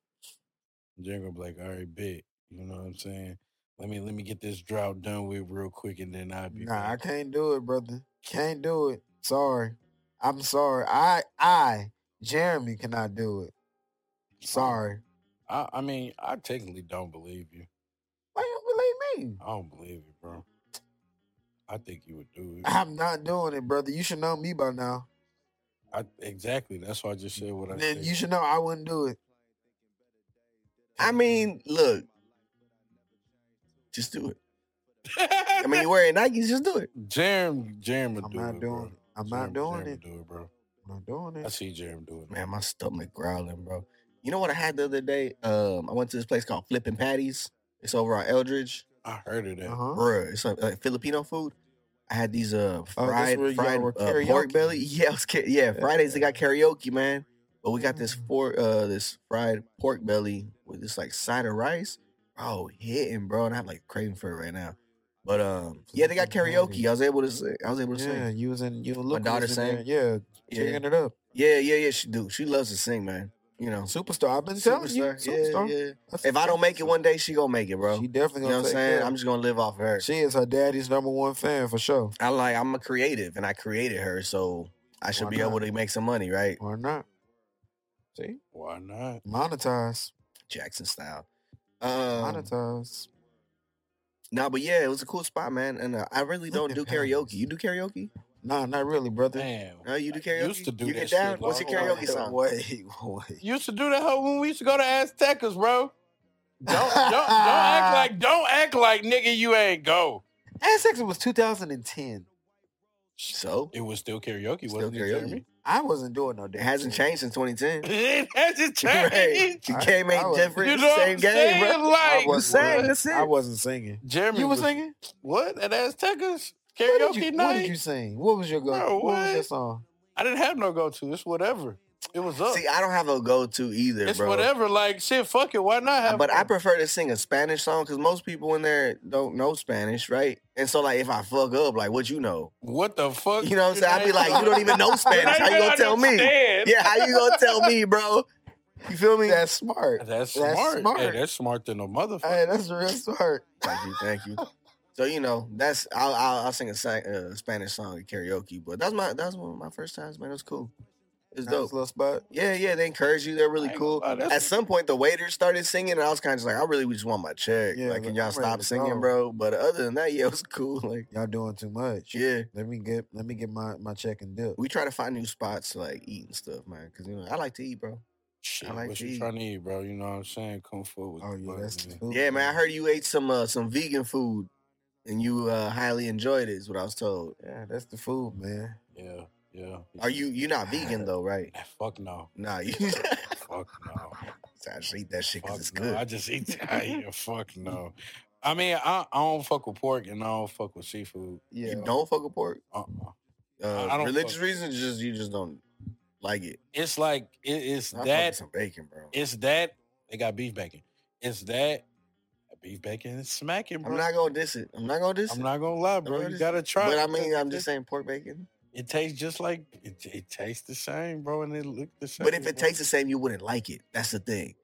[SPEAKER 1] Jerem gonna be like, all right, bit. You know what I'm saying? Let me let me get this drought done with real quick, and then I'll be.
[SPEAKER 2] Nah, I
[SPEAKER 1] back.
[SPEAKER 2] can't do it, brother. Can't do it. Sorry. I'm sorry. I I Jeremy cannot do it. Sorry.
[SPEAKER 1] I, I mean, I technically don't believe you.
[SPEAKER 2] Why you don't believe me?
[SPEAKER 1] I don't believe you, bro. I think you would do
[SPEAKER 3] Ah.
[SPEAKER 1] it.
[SPEAKER 2] I'm not doing it, brother. You should know me by now.
[SPEAKER 1] I, exactly. That's why I just said what I
[SPEAKER 2] Then
[SPEAKER 1] said. *laughs*
[SPEAKER 2] You should know I wouldn't do it.
[SPEAKER 3] I mean, look, just do it. I mean, you're wearing Nikes, just do it.
[SPEAKER 1] Jeremy, Jeremy,
[SPEAKER 2] I'm
[SPEAKER 1] do
[SPEAKER 2] not
[SPEAKER 1] it,
[SPEAKER 2] doing
[SPEAKER 1] bro.
[SPEAKER 2] it. I'm not
[SPEAKER 1] Jerem-
[SPEAKER 2] doing
[SPEAKER 1] Jerem
[SPEAKER 2] it.
[SPEAKER 1] Do it, bro.
[SPEAKER 2] I'm not doing
[SPEAKER 1] I
[SPEAKER 2] it.
[SPEAKER 1] see Jeremy do it.
[SPEAKER 3] Man, my stomach growling, bro. You know what I had the other day? Um, I went to this place called Flippin' Patties. It's over on Eldridge.
[SPEAKER 1] I heard of that.
[SPEAKER 2] Uh-huh.
[SPEAKER 3] Bruh, it's like, like Filipino food. I had these uh
[SPEAKER 2] Oh, this
[SPEAKER 3] fried
[SPEAKER 2] where y'all
[SPEAKER 3] fried
[SPEAKER 2] were
[SPEAKER 3] uh, pork
[SPEAKER 2] karaoke.
[SPEAKER 3] belly. *laughs* Yeah, it was, ca- yeah. Fridays they got karaoke, man. But we got this
[SPEAKER 2] Mm.
[SPEAKER 3] for uh this fried pork belly with this like side of rice. Oh, hitting, bro. And I'm like craving for it right now. But um, yeah, they got
[SPEAKER 2] Flippin'
[SPEAKER 3] karaoke. I was able to sing. I was able to
[SPEAKER 2] Yeah,
[SPEAKER 3] sing.
[SPEAKER 2] you was in. You and Luke
[SPEAKER 3] daughter
[SPEAKER 2] was in there.
[SPEAKER 3] sang.
[SPEAKER 2] Yeah,
[SPEAKER 3] Yeah.
[SPEAKER 2] checking it up.
[SPEAKER 3] Yeah, yeah, yeah. She do. She loves to sing, man. You know,
[SPEAKER 2] Superstar. I've been telling you,
[SPEAKER 3] superstar.
[SPEAKER 2] superstar.
[SPEAKER 3] Yeah, yeah.
[SPEAKER 2] That's-
[SPEAKER 3] If I don't make it one day, she gonna make it, bro.
[SPEAKER 2] she
[SPEAKER 3] You
[SPEAKER 2] definitely
[SPEAKER 3] know
[SPEAKER 2] gonna
[SPEAKER 3] what I'm
[SPEAKER 2] take
[SPEAKER 3] saying?
[SPEAKER 2] care of
[SPEAKER 3] I'm just gonna live off of her.
[SPEAKER 2] it. She is her daddy's number one fan for sure.
[SPEAKER 3] I like I'm a creative and I created her, so I should
[SPEAKER 2] Why
[SPEAKER 3] be
[SPEAKER 2] not?
[SPEAKER 3] able to make some money, right?
[SPEAKER 2] Or not? See,
[SPEAKER 1] Why not?
[SPEAKER 2] monetize,
[SPEAKER 3] Jackson style. Um,
[SPEAKER 2] monetize.
[SPEAKER 3] no, but yeah, it was a cool spot, man. And uh, I really don't do
[SPEAKER 2] Flippin'
[SPEAKER 3] karaoke.
[SPEAKER 2] patties.
[SPEAKER 3] You do karaoke?
[SPEAKER 2] Nah, not really, brother.
[SPEAKER 1] Damn.
[SPEAKER 3] No, you do
[SPEAKER 1] I
[SPEAKER 3] karaoke.
[SPEAKER 1] used to do
[SPEAKER 3] you
[SPEAKER 1] that
[SPEAKER 3] get
[SPEAKER 1] shit,
[SPEAKER 3] down. What's your
[SPEAKER 1] dog.
[SPEAKER 3] karaoke
[SPEAKER 1] Wait, *laughs*
[SPEAKER 2] *laughs*
[SPEAKER 3] song?
[SPEAKER 2] Wait, wait.
[SPEAKER 1] You used to do that hoe when we used to go to Aztecas, bro.
[SPEAKER 3] *laughs*
[SPEAKER 1] Don't don't, don't act like don't act like nigga you ain't go.
[SPEAKER 2] Aztecs was 2010.
[SPEAKER 3] So
[SPEAKER 1] It was still karaoke,
[SPEAKER 3] Still
[SPEAKER 1] wasn't it,
[SPEAKER 2] I wasn't doing no
[SPEAKER 3] it
[SPEAKER 2] damn.
[SPEAKER 3] hasn't
[SPEAKER 2] thing.
[SPEAKER 3] changed
[SPEAKER 1] *laughs*
[SPEAKER 3] since *laughs* 2010.
[SPEAKER 1] Jeremy? That's just
[SPEAKER 3] *laughs* Right.
[SPEAKER 1] changed.
[SPEAKER 3] The
[SPEAKER 2] I-
[SPEAKER 3] game
[SPEAKER 2] I
[SPEAKER 3] ain't
[SPEAKER 2] was-
[SPEAKER 3] different.
[SPEAKER 1] You
[SPEAKER 3] It's
[SPEAKER 1] know
[SPEAKER 3] the
[SPEAKER 1] what
[SPEAKER 3] same
[SPEAKER 1] I'm
[SPEAKER 3] game, bro.
[SPEAKER 1] saying? Like,
[SPEAKER 2] I wasn't-
[SPEAKER 3] sang, that's it.
[SPEAKER 2] I wasn't singing.
[SPEAKER 1] Jeremy
[SPEAKER 2] You were singing?
[SPEAKER 1] What at Aztecas
[SPEAKER 2] What
[SPEAKER 1] karaoke
[SPEAKER 2] did, you,
[SPEAKER 1] night?
[SPEAKER 2] what did you sing? What was your go?
[SPEAKER 1] Bro,
[SPEAKER 2] what? was your
[SPEAKER 1] what?
[SPEAKER 2] song?
[SPEAKER 1] I didn't have no go to. It's whatever. It was up.
[SPEAKER 3] See, I don't have a go-to either,
[SPEAKER 1] it's
[SPEAKER 3] bro. uh,
[SPEAKER 1] whatever. Like shit. Fuck it. Why not have?
[SPEAKER 3] but I
[SPEAKER 1] one?
[SPEAKER 3] prefer to sing a Spanish song because most people in there don't know Spanish, right? And so, like, if I fuck up, like, what you know?
[SPEAKER 1] what the fuck?
[SPEAKER 3] You know what I'm saying? I'd be like,
[SPEAKER 1] *laughs*
[SPEAKER 3] you don't even know Spanish. How you gonna tell me? Yeah, how you gonna tell me, bro? You feel me?
[SPEAKER 2] That's smart.
[SPEAKER 1] That's smart.
[SPEAKER 2] That's
[SPEAKER 1] That's smart.
[SPEAKER 2] smart.
[SPEAKER 1] that's smart than a motherfucker.
[SPEAKER 2] Hey, that's real smart.
[SPEAKER 3] Thank you, thank you. So you know, that's I'll I'll, I'll sing a sa- uh, Spanish song at karaoke, but that's my that's one of my first times, man. It was cool. It's
[SPEAKER 2] Nice
[SPEAKER 3] dope.
[SPEAKER 2] little spot.
[SPEAKER 3] Yeah, yeah, they encourage you. They're really
[SPEAKER 1] I ain't
[SPEAKER 3] cool.
[SPEAKER 1] gonna lie, uh, that's-
[SPEAKER 3] At some point, the waiter started singing, and I was kind of just like, I really just want my check.
[SPEAKER 2] Yeah,
[SPEAKER 3] like, can
[SPEAKER 2] like,
[SPEAKER 3] y'all
[SPEAKER 2] I'm ready
[SPEAKER 3] stop
[SPEAKER 2] to
[SPEAKER 3] singing,
[SPEAKER 2] go.
[SPEAKER 3] bro? But other than that, yeah, it was cool. Like,
[SPEAKER 2] Y'all doing too much.
[SPEAKER 3] yeah,
[SPEAKER 2] Let me get let me get my my check and dip.
[SPEAKER 3] we try to find new spots to like eat and stuff, man. Because you know, I like to eat, bro.
[SPEAKER 1] Shit,
[SPEAKER 3] I like
[SPEAKER 1] what
[SPEAKER 3] to eat.
[SPEAKER 1] you trying to eat, bro? You know what I'm saying? Come forward.
[SPEAKER 2] Oh yeah, that's food,
[SPEAKER 3] Yeah, man. I heard you ate some uh, some vegan food, and you uh, highly enjoyed it. Is what I was told.
[SPEAKER 2] Yeah, that's the food, man.
[SPEAKER 1] Yeah, yeah.
[SPEAKER 3] Are you you're not vegan though, right?
[SPEAKER 1] Ah, Fuck no.
[SPEAKER 3] Nah, you. *laughs*
[SPEAKER 1] Fuck no.
[SPEAKER 3] So I just eat that shit *laughs* because it's
[SPEAKER 1] Fuck no. I
[SPEAKER 3] good.
[SPEAKER 1] just eat. *laughs* I
[SPEAKER 3] *laughs*
[SPEAKER 1] eat- fuck no. I mean, I, I don't fuck with pork and I don't fuck with seafood.
[SPEAKER 2] Yeah.
[SPEAKER 3] You don't fuck with pork.
[SPEAKER 1] Uh-uh.
[SPEAKER 3] Uh,
[SPEAKER 1] I don't
[SPEAKER 3] religious
[SPEAKER 1] fuck-
[SPEAKER 3] reasons, just you just don't like it.
[SPEAKER 1] It's like it, it's
[SPEAKER 3] I fuck with
[SPEAKER 1] that.
[SPEAKER 3] some bacon, bro.
[SPEAKER 1] It's that. They got beef bacon. It's that. Beef bacon is smacking, bro.
[SPEAKER 3] I'm not gonna diss it. I'm not gonna diss
[SPEAKER 1] I'm
[SPEAKER 3] it.
[SPEAKER 1] not gonna lie,
[SPEAKER 3] gonna
[SPEAKER 1] bro. You
[SPEAKER 3] dis-
[SPEAKER 1] gotta try.
[SPEAKER 3] but I
[SPEAKER 1] it,
[SPEAKER 3] mean,
[SPEAKER 1] because
[SPEAKER 3] I'm
[SPEAKER 1] it
[SPEAKER 3] just saying pork bacon.
[SPEAKER 1] It tastes just like it. It tastes the same, bro, and it look the same.
[SPEAKER 3] But if it
[SPEAKER 1] bro.
[SPEAKER 3] tastes the same, you wouldn't like it. That's the thing,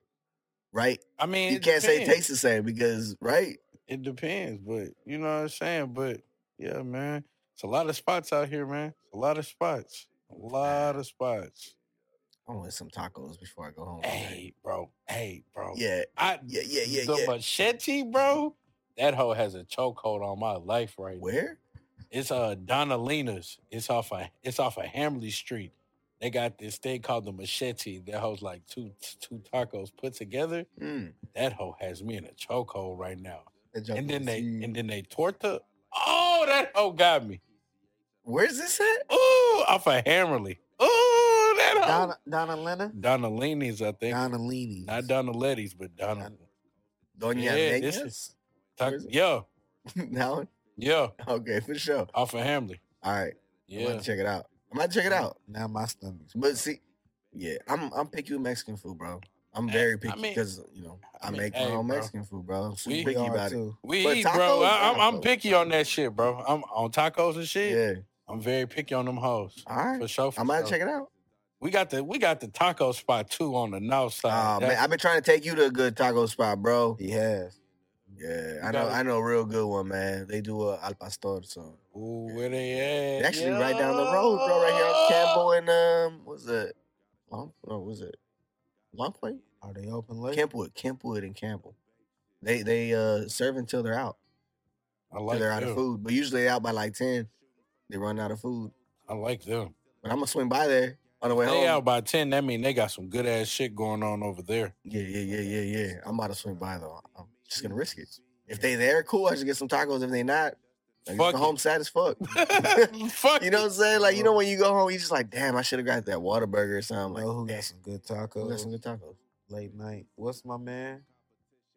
[SPEAKER 3] right?
[SPEAKER 1] I mean,
[SPEAKER 3] You
[SPEAKER 1] it
[SPEAKER 3] can't say it
[SPEAKER 1] depends.
[SPEAKER 3] tastes the same because, right?
[SPEAKER 1] It depends, but you know what I'm saying. But yeah, man, it's a lot of spots out here, man. A lot of spots. A lot of spots.
[SPEAKER 3] I want some tacos before I go home. today.
[SPEAKER 1] Hey, bro. Hey, bro.
[SPEAKER 3] Yeah,
[SPEAKER 1] I
[SPEAKER 3] yeah, yeah, yeah,
[SPEAKER 1] the
[SPEAKER 3] yeah.
[SPEAKER 1] machete, bro. That hoe has a chokehold on my life right now.
[SPEAKER 3] Where?
[SPEAKER 1] It's uh Donalina's. It's off a it's off of Hamley Street. They got this thing called the machete. That holds like two two tacos put together.
[SPEAKER 3] Mm.
[SPEAKER 1] That hoe has me in a chokehold right now.
[SPEAKER 2] That junk
[SPEAKER 1] And then
[SPEAKER 2] was
[SPEAKER 1] they
[SPEAKER 2] huge.
[SPEAKER 1] and then they torta. Oh, that hoe got me.
[SPEAKER 3] Where's this at?
[SPEAKER 1] Ooh, off of Hammerly. Ooh, that hoe.
[SPEAKER 2] Donna
[SPEAKER 3] Oh.
[SPEAKER 2] Donna Lena.
[SPEAKER 1] Donalini's, I think.
[SPEAKER 2] Donna Leany.
[SPEAKER 1] Not Donaletti's, but Donna.
[SPEAKER 2] Don-
[SPEAKER 3] Doña
[SPEAKER 1] Yeah, this is-
[SPEAKER 3] where is it?
[SPEAKER 1] yeah,
[SPEAKER 3] *laughs* no?
[SPEAKER 1] yeah,
[SPEAKER 3] Okay, for sure.
[SPEAKER 1] off of Hamley.
[SPEAKER 3] All right. I'm
[SPEAKER 1] Yeah, Mm.
[SPEAKER 3] gonna check it out. I'm gonna check it out.
[SPEAKER 2] Now my stomach's.
[SPEAKER 3] But see, yeah, I'm I'm picky with Mexican food, bro. I'm very
[SPEAKER 1] Eh, I
[SPEAKER 3] picky
[SPEAKER 1] mean-
[SPEAKER 3] because you know I,
[SPEAKER 1] I mean,
[SPEAKER 3] make my
[SPEAKER 1] hey,
[SPEAKER 3] own
[SPEAKER 1] bro.
[SPEAKER 3] Mexican food, bro. I'm super
[SPEAKER 1] We-
[SPEAKER 3] picky
[SPEAKER 2] We are
[SPEAKER 3] about it.
[SPEAKER 2] too.
[SPEAKER 1] we
[SPEAKER 3] But
[SPEAKER 1] eat,
[SPEAKER 3] tacos,
[SPEAKER 1] bro. I, I'm, I'm
[SPEAKER 3] tacos.
[SPEAKER 1] picky on that shit, bro. I'm on tacos and shit.
[SPEAKER 3] Yeah.
[SPEAKER 1] I'm very picky on them hoes.
[SPEAKER 3] All right.
[SPEAKER 1] For sure. For
[SPEAKER 3] I might
[SPEAKER 1] sure.
[SPEAKER 3] check it out.
[SPEAKER 1] We got the we got the taco spot too on the north
[SPEAKER 3] Oh
[SPEAKER 1] side.
[SPEAKER 3] man, I've been trying to take you to a good taco spot, bro.
[SPEAKER 2] He has.
[SPEAKER 3] Yeah, I
[SPEAKER 1] You
[SPEAKER 3] know.
[SPEAKER 1] gotta-
[SPEAKER 3] I know a real good one, man. They do a al pastor, so
[SPEAKER 1] Ooh, where they at?
[SPEAKER 3] It's actually right down the road, bro. Right here on Campbell and um, what's it? Long, or was it Long Point?
[SPEAKER 2] Are they open late?
[SPEAKER 3] Kempwood, Kempwood, and Campbell. They they uh serve until they're out.
[SPEAKER 1] I
[SPEAKER 3] till
[SPEAKER 1] like
[SPEAKER 3] they're out of
[SPEAKER 1] them.
[SPEAKER 3] food. But usually they're out by like ten. They run out of food.
[SPEAKER 1] I like them.
[SPEAKER 3] But I'm gonna swing by there on the way home.
[SPEAKER 1] They out by ten. That mean they got some good ass shit going on over there.
[SPEAKER 3] *laughs* Yeah, yeah, yeah, yeah, yeah. I'm about to swing by though. I'm just gonna risk it. If they there, cool. I should get some tacos. If they not, like,
[SPEAKER 1] Fuck
[SPEAKER 3] it's home sad
[SPEAKER 1] *laughs*
[SPEAKER 3] as fuck. *laughs*
[SPEAKER 1] Fuck
[SPEAKER 3] You know what I'm saying? Like you know when you go home, you just like, damn, I should have got that water burger or something.
[SPEAKER 2] know
[SPEAKER 3] Like,
[SPEAKER 2] who got some good
[SPEAKER 3] who got
[SPEAKER 2] tacos?
[SPEAKER 3] some good tacos?
[SPEAKER 2] Late night. What's my man?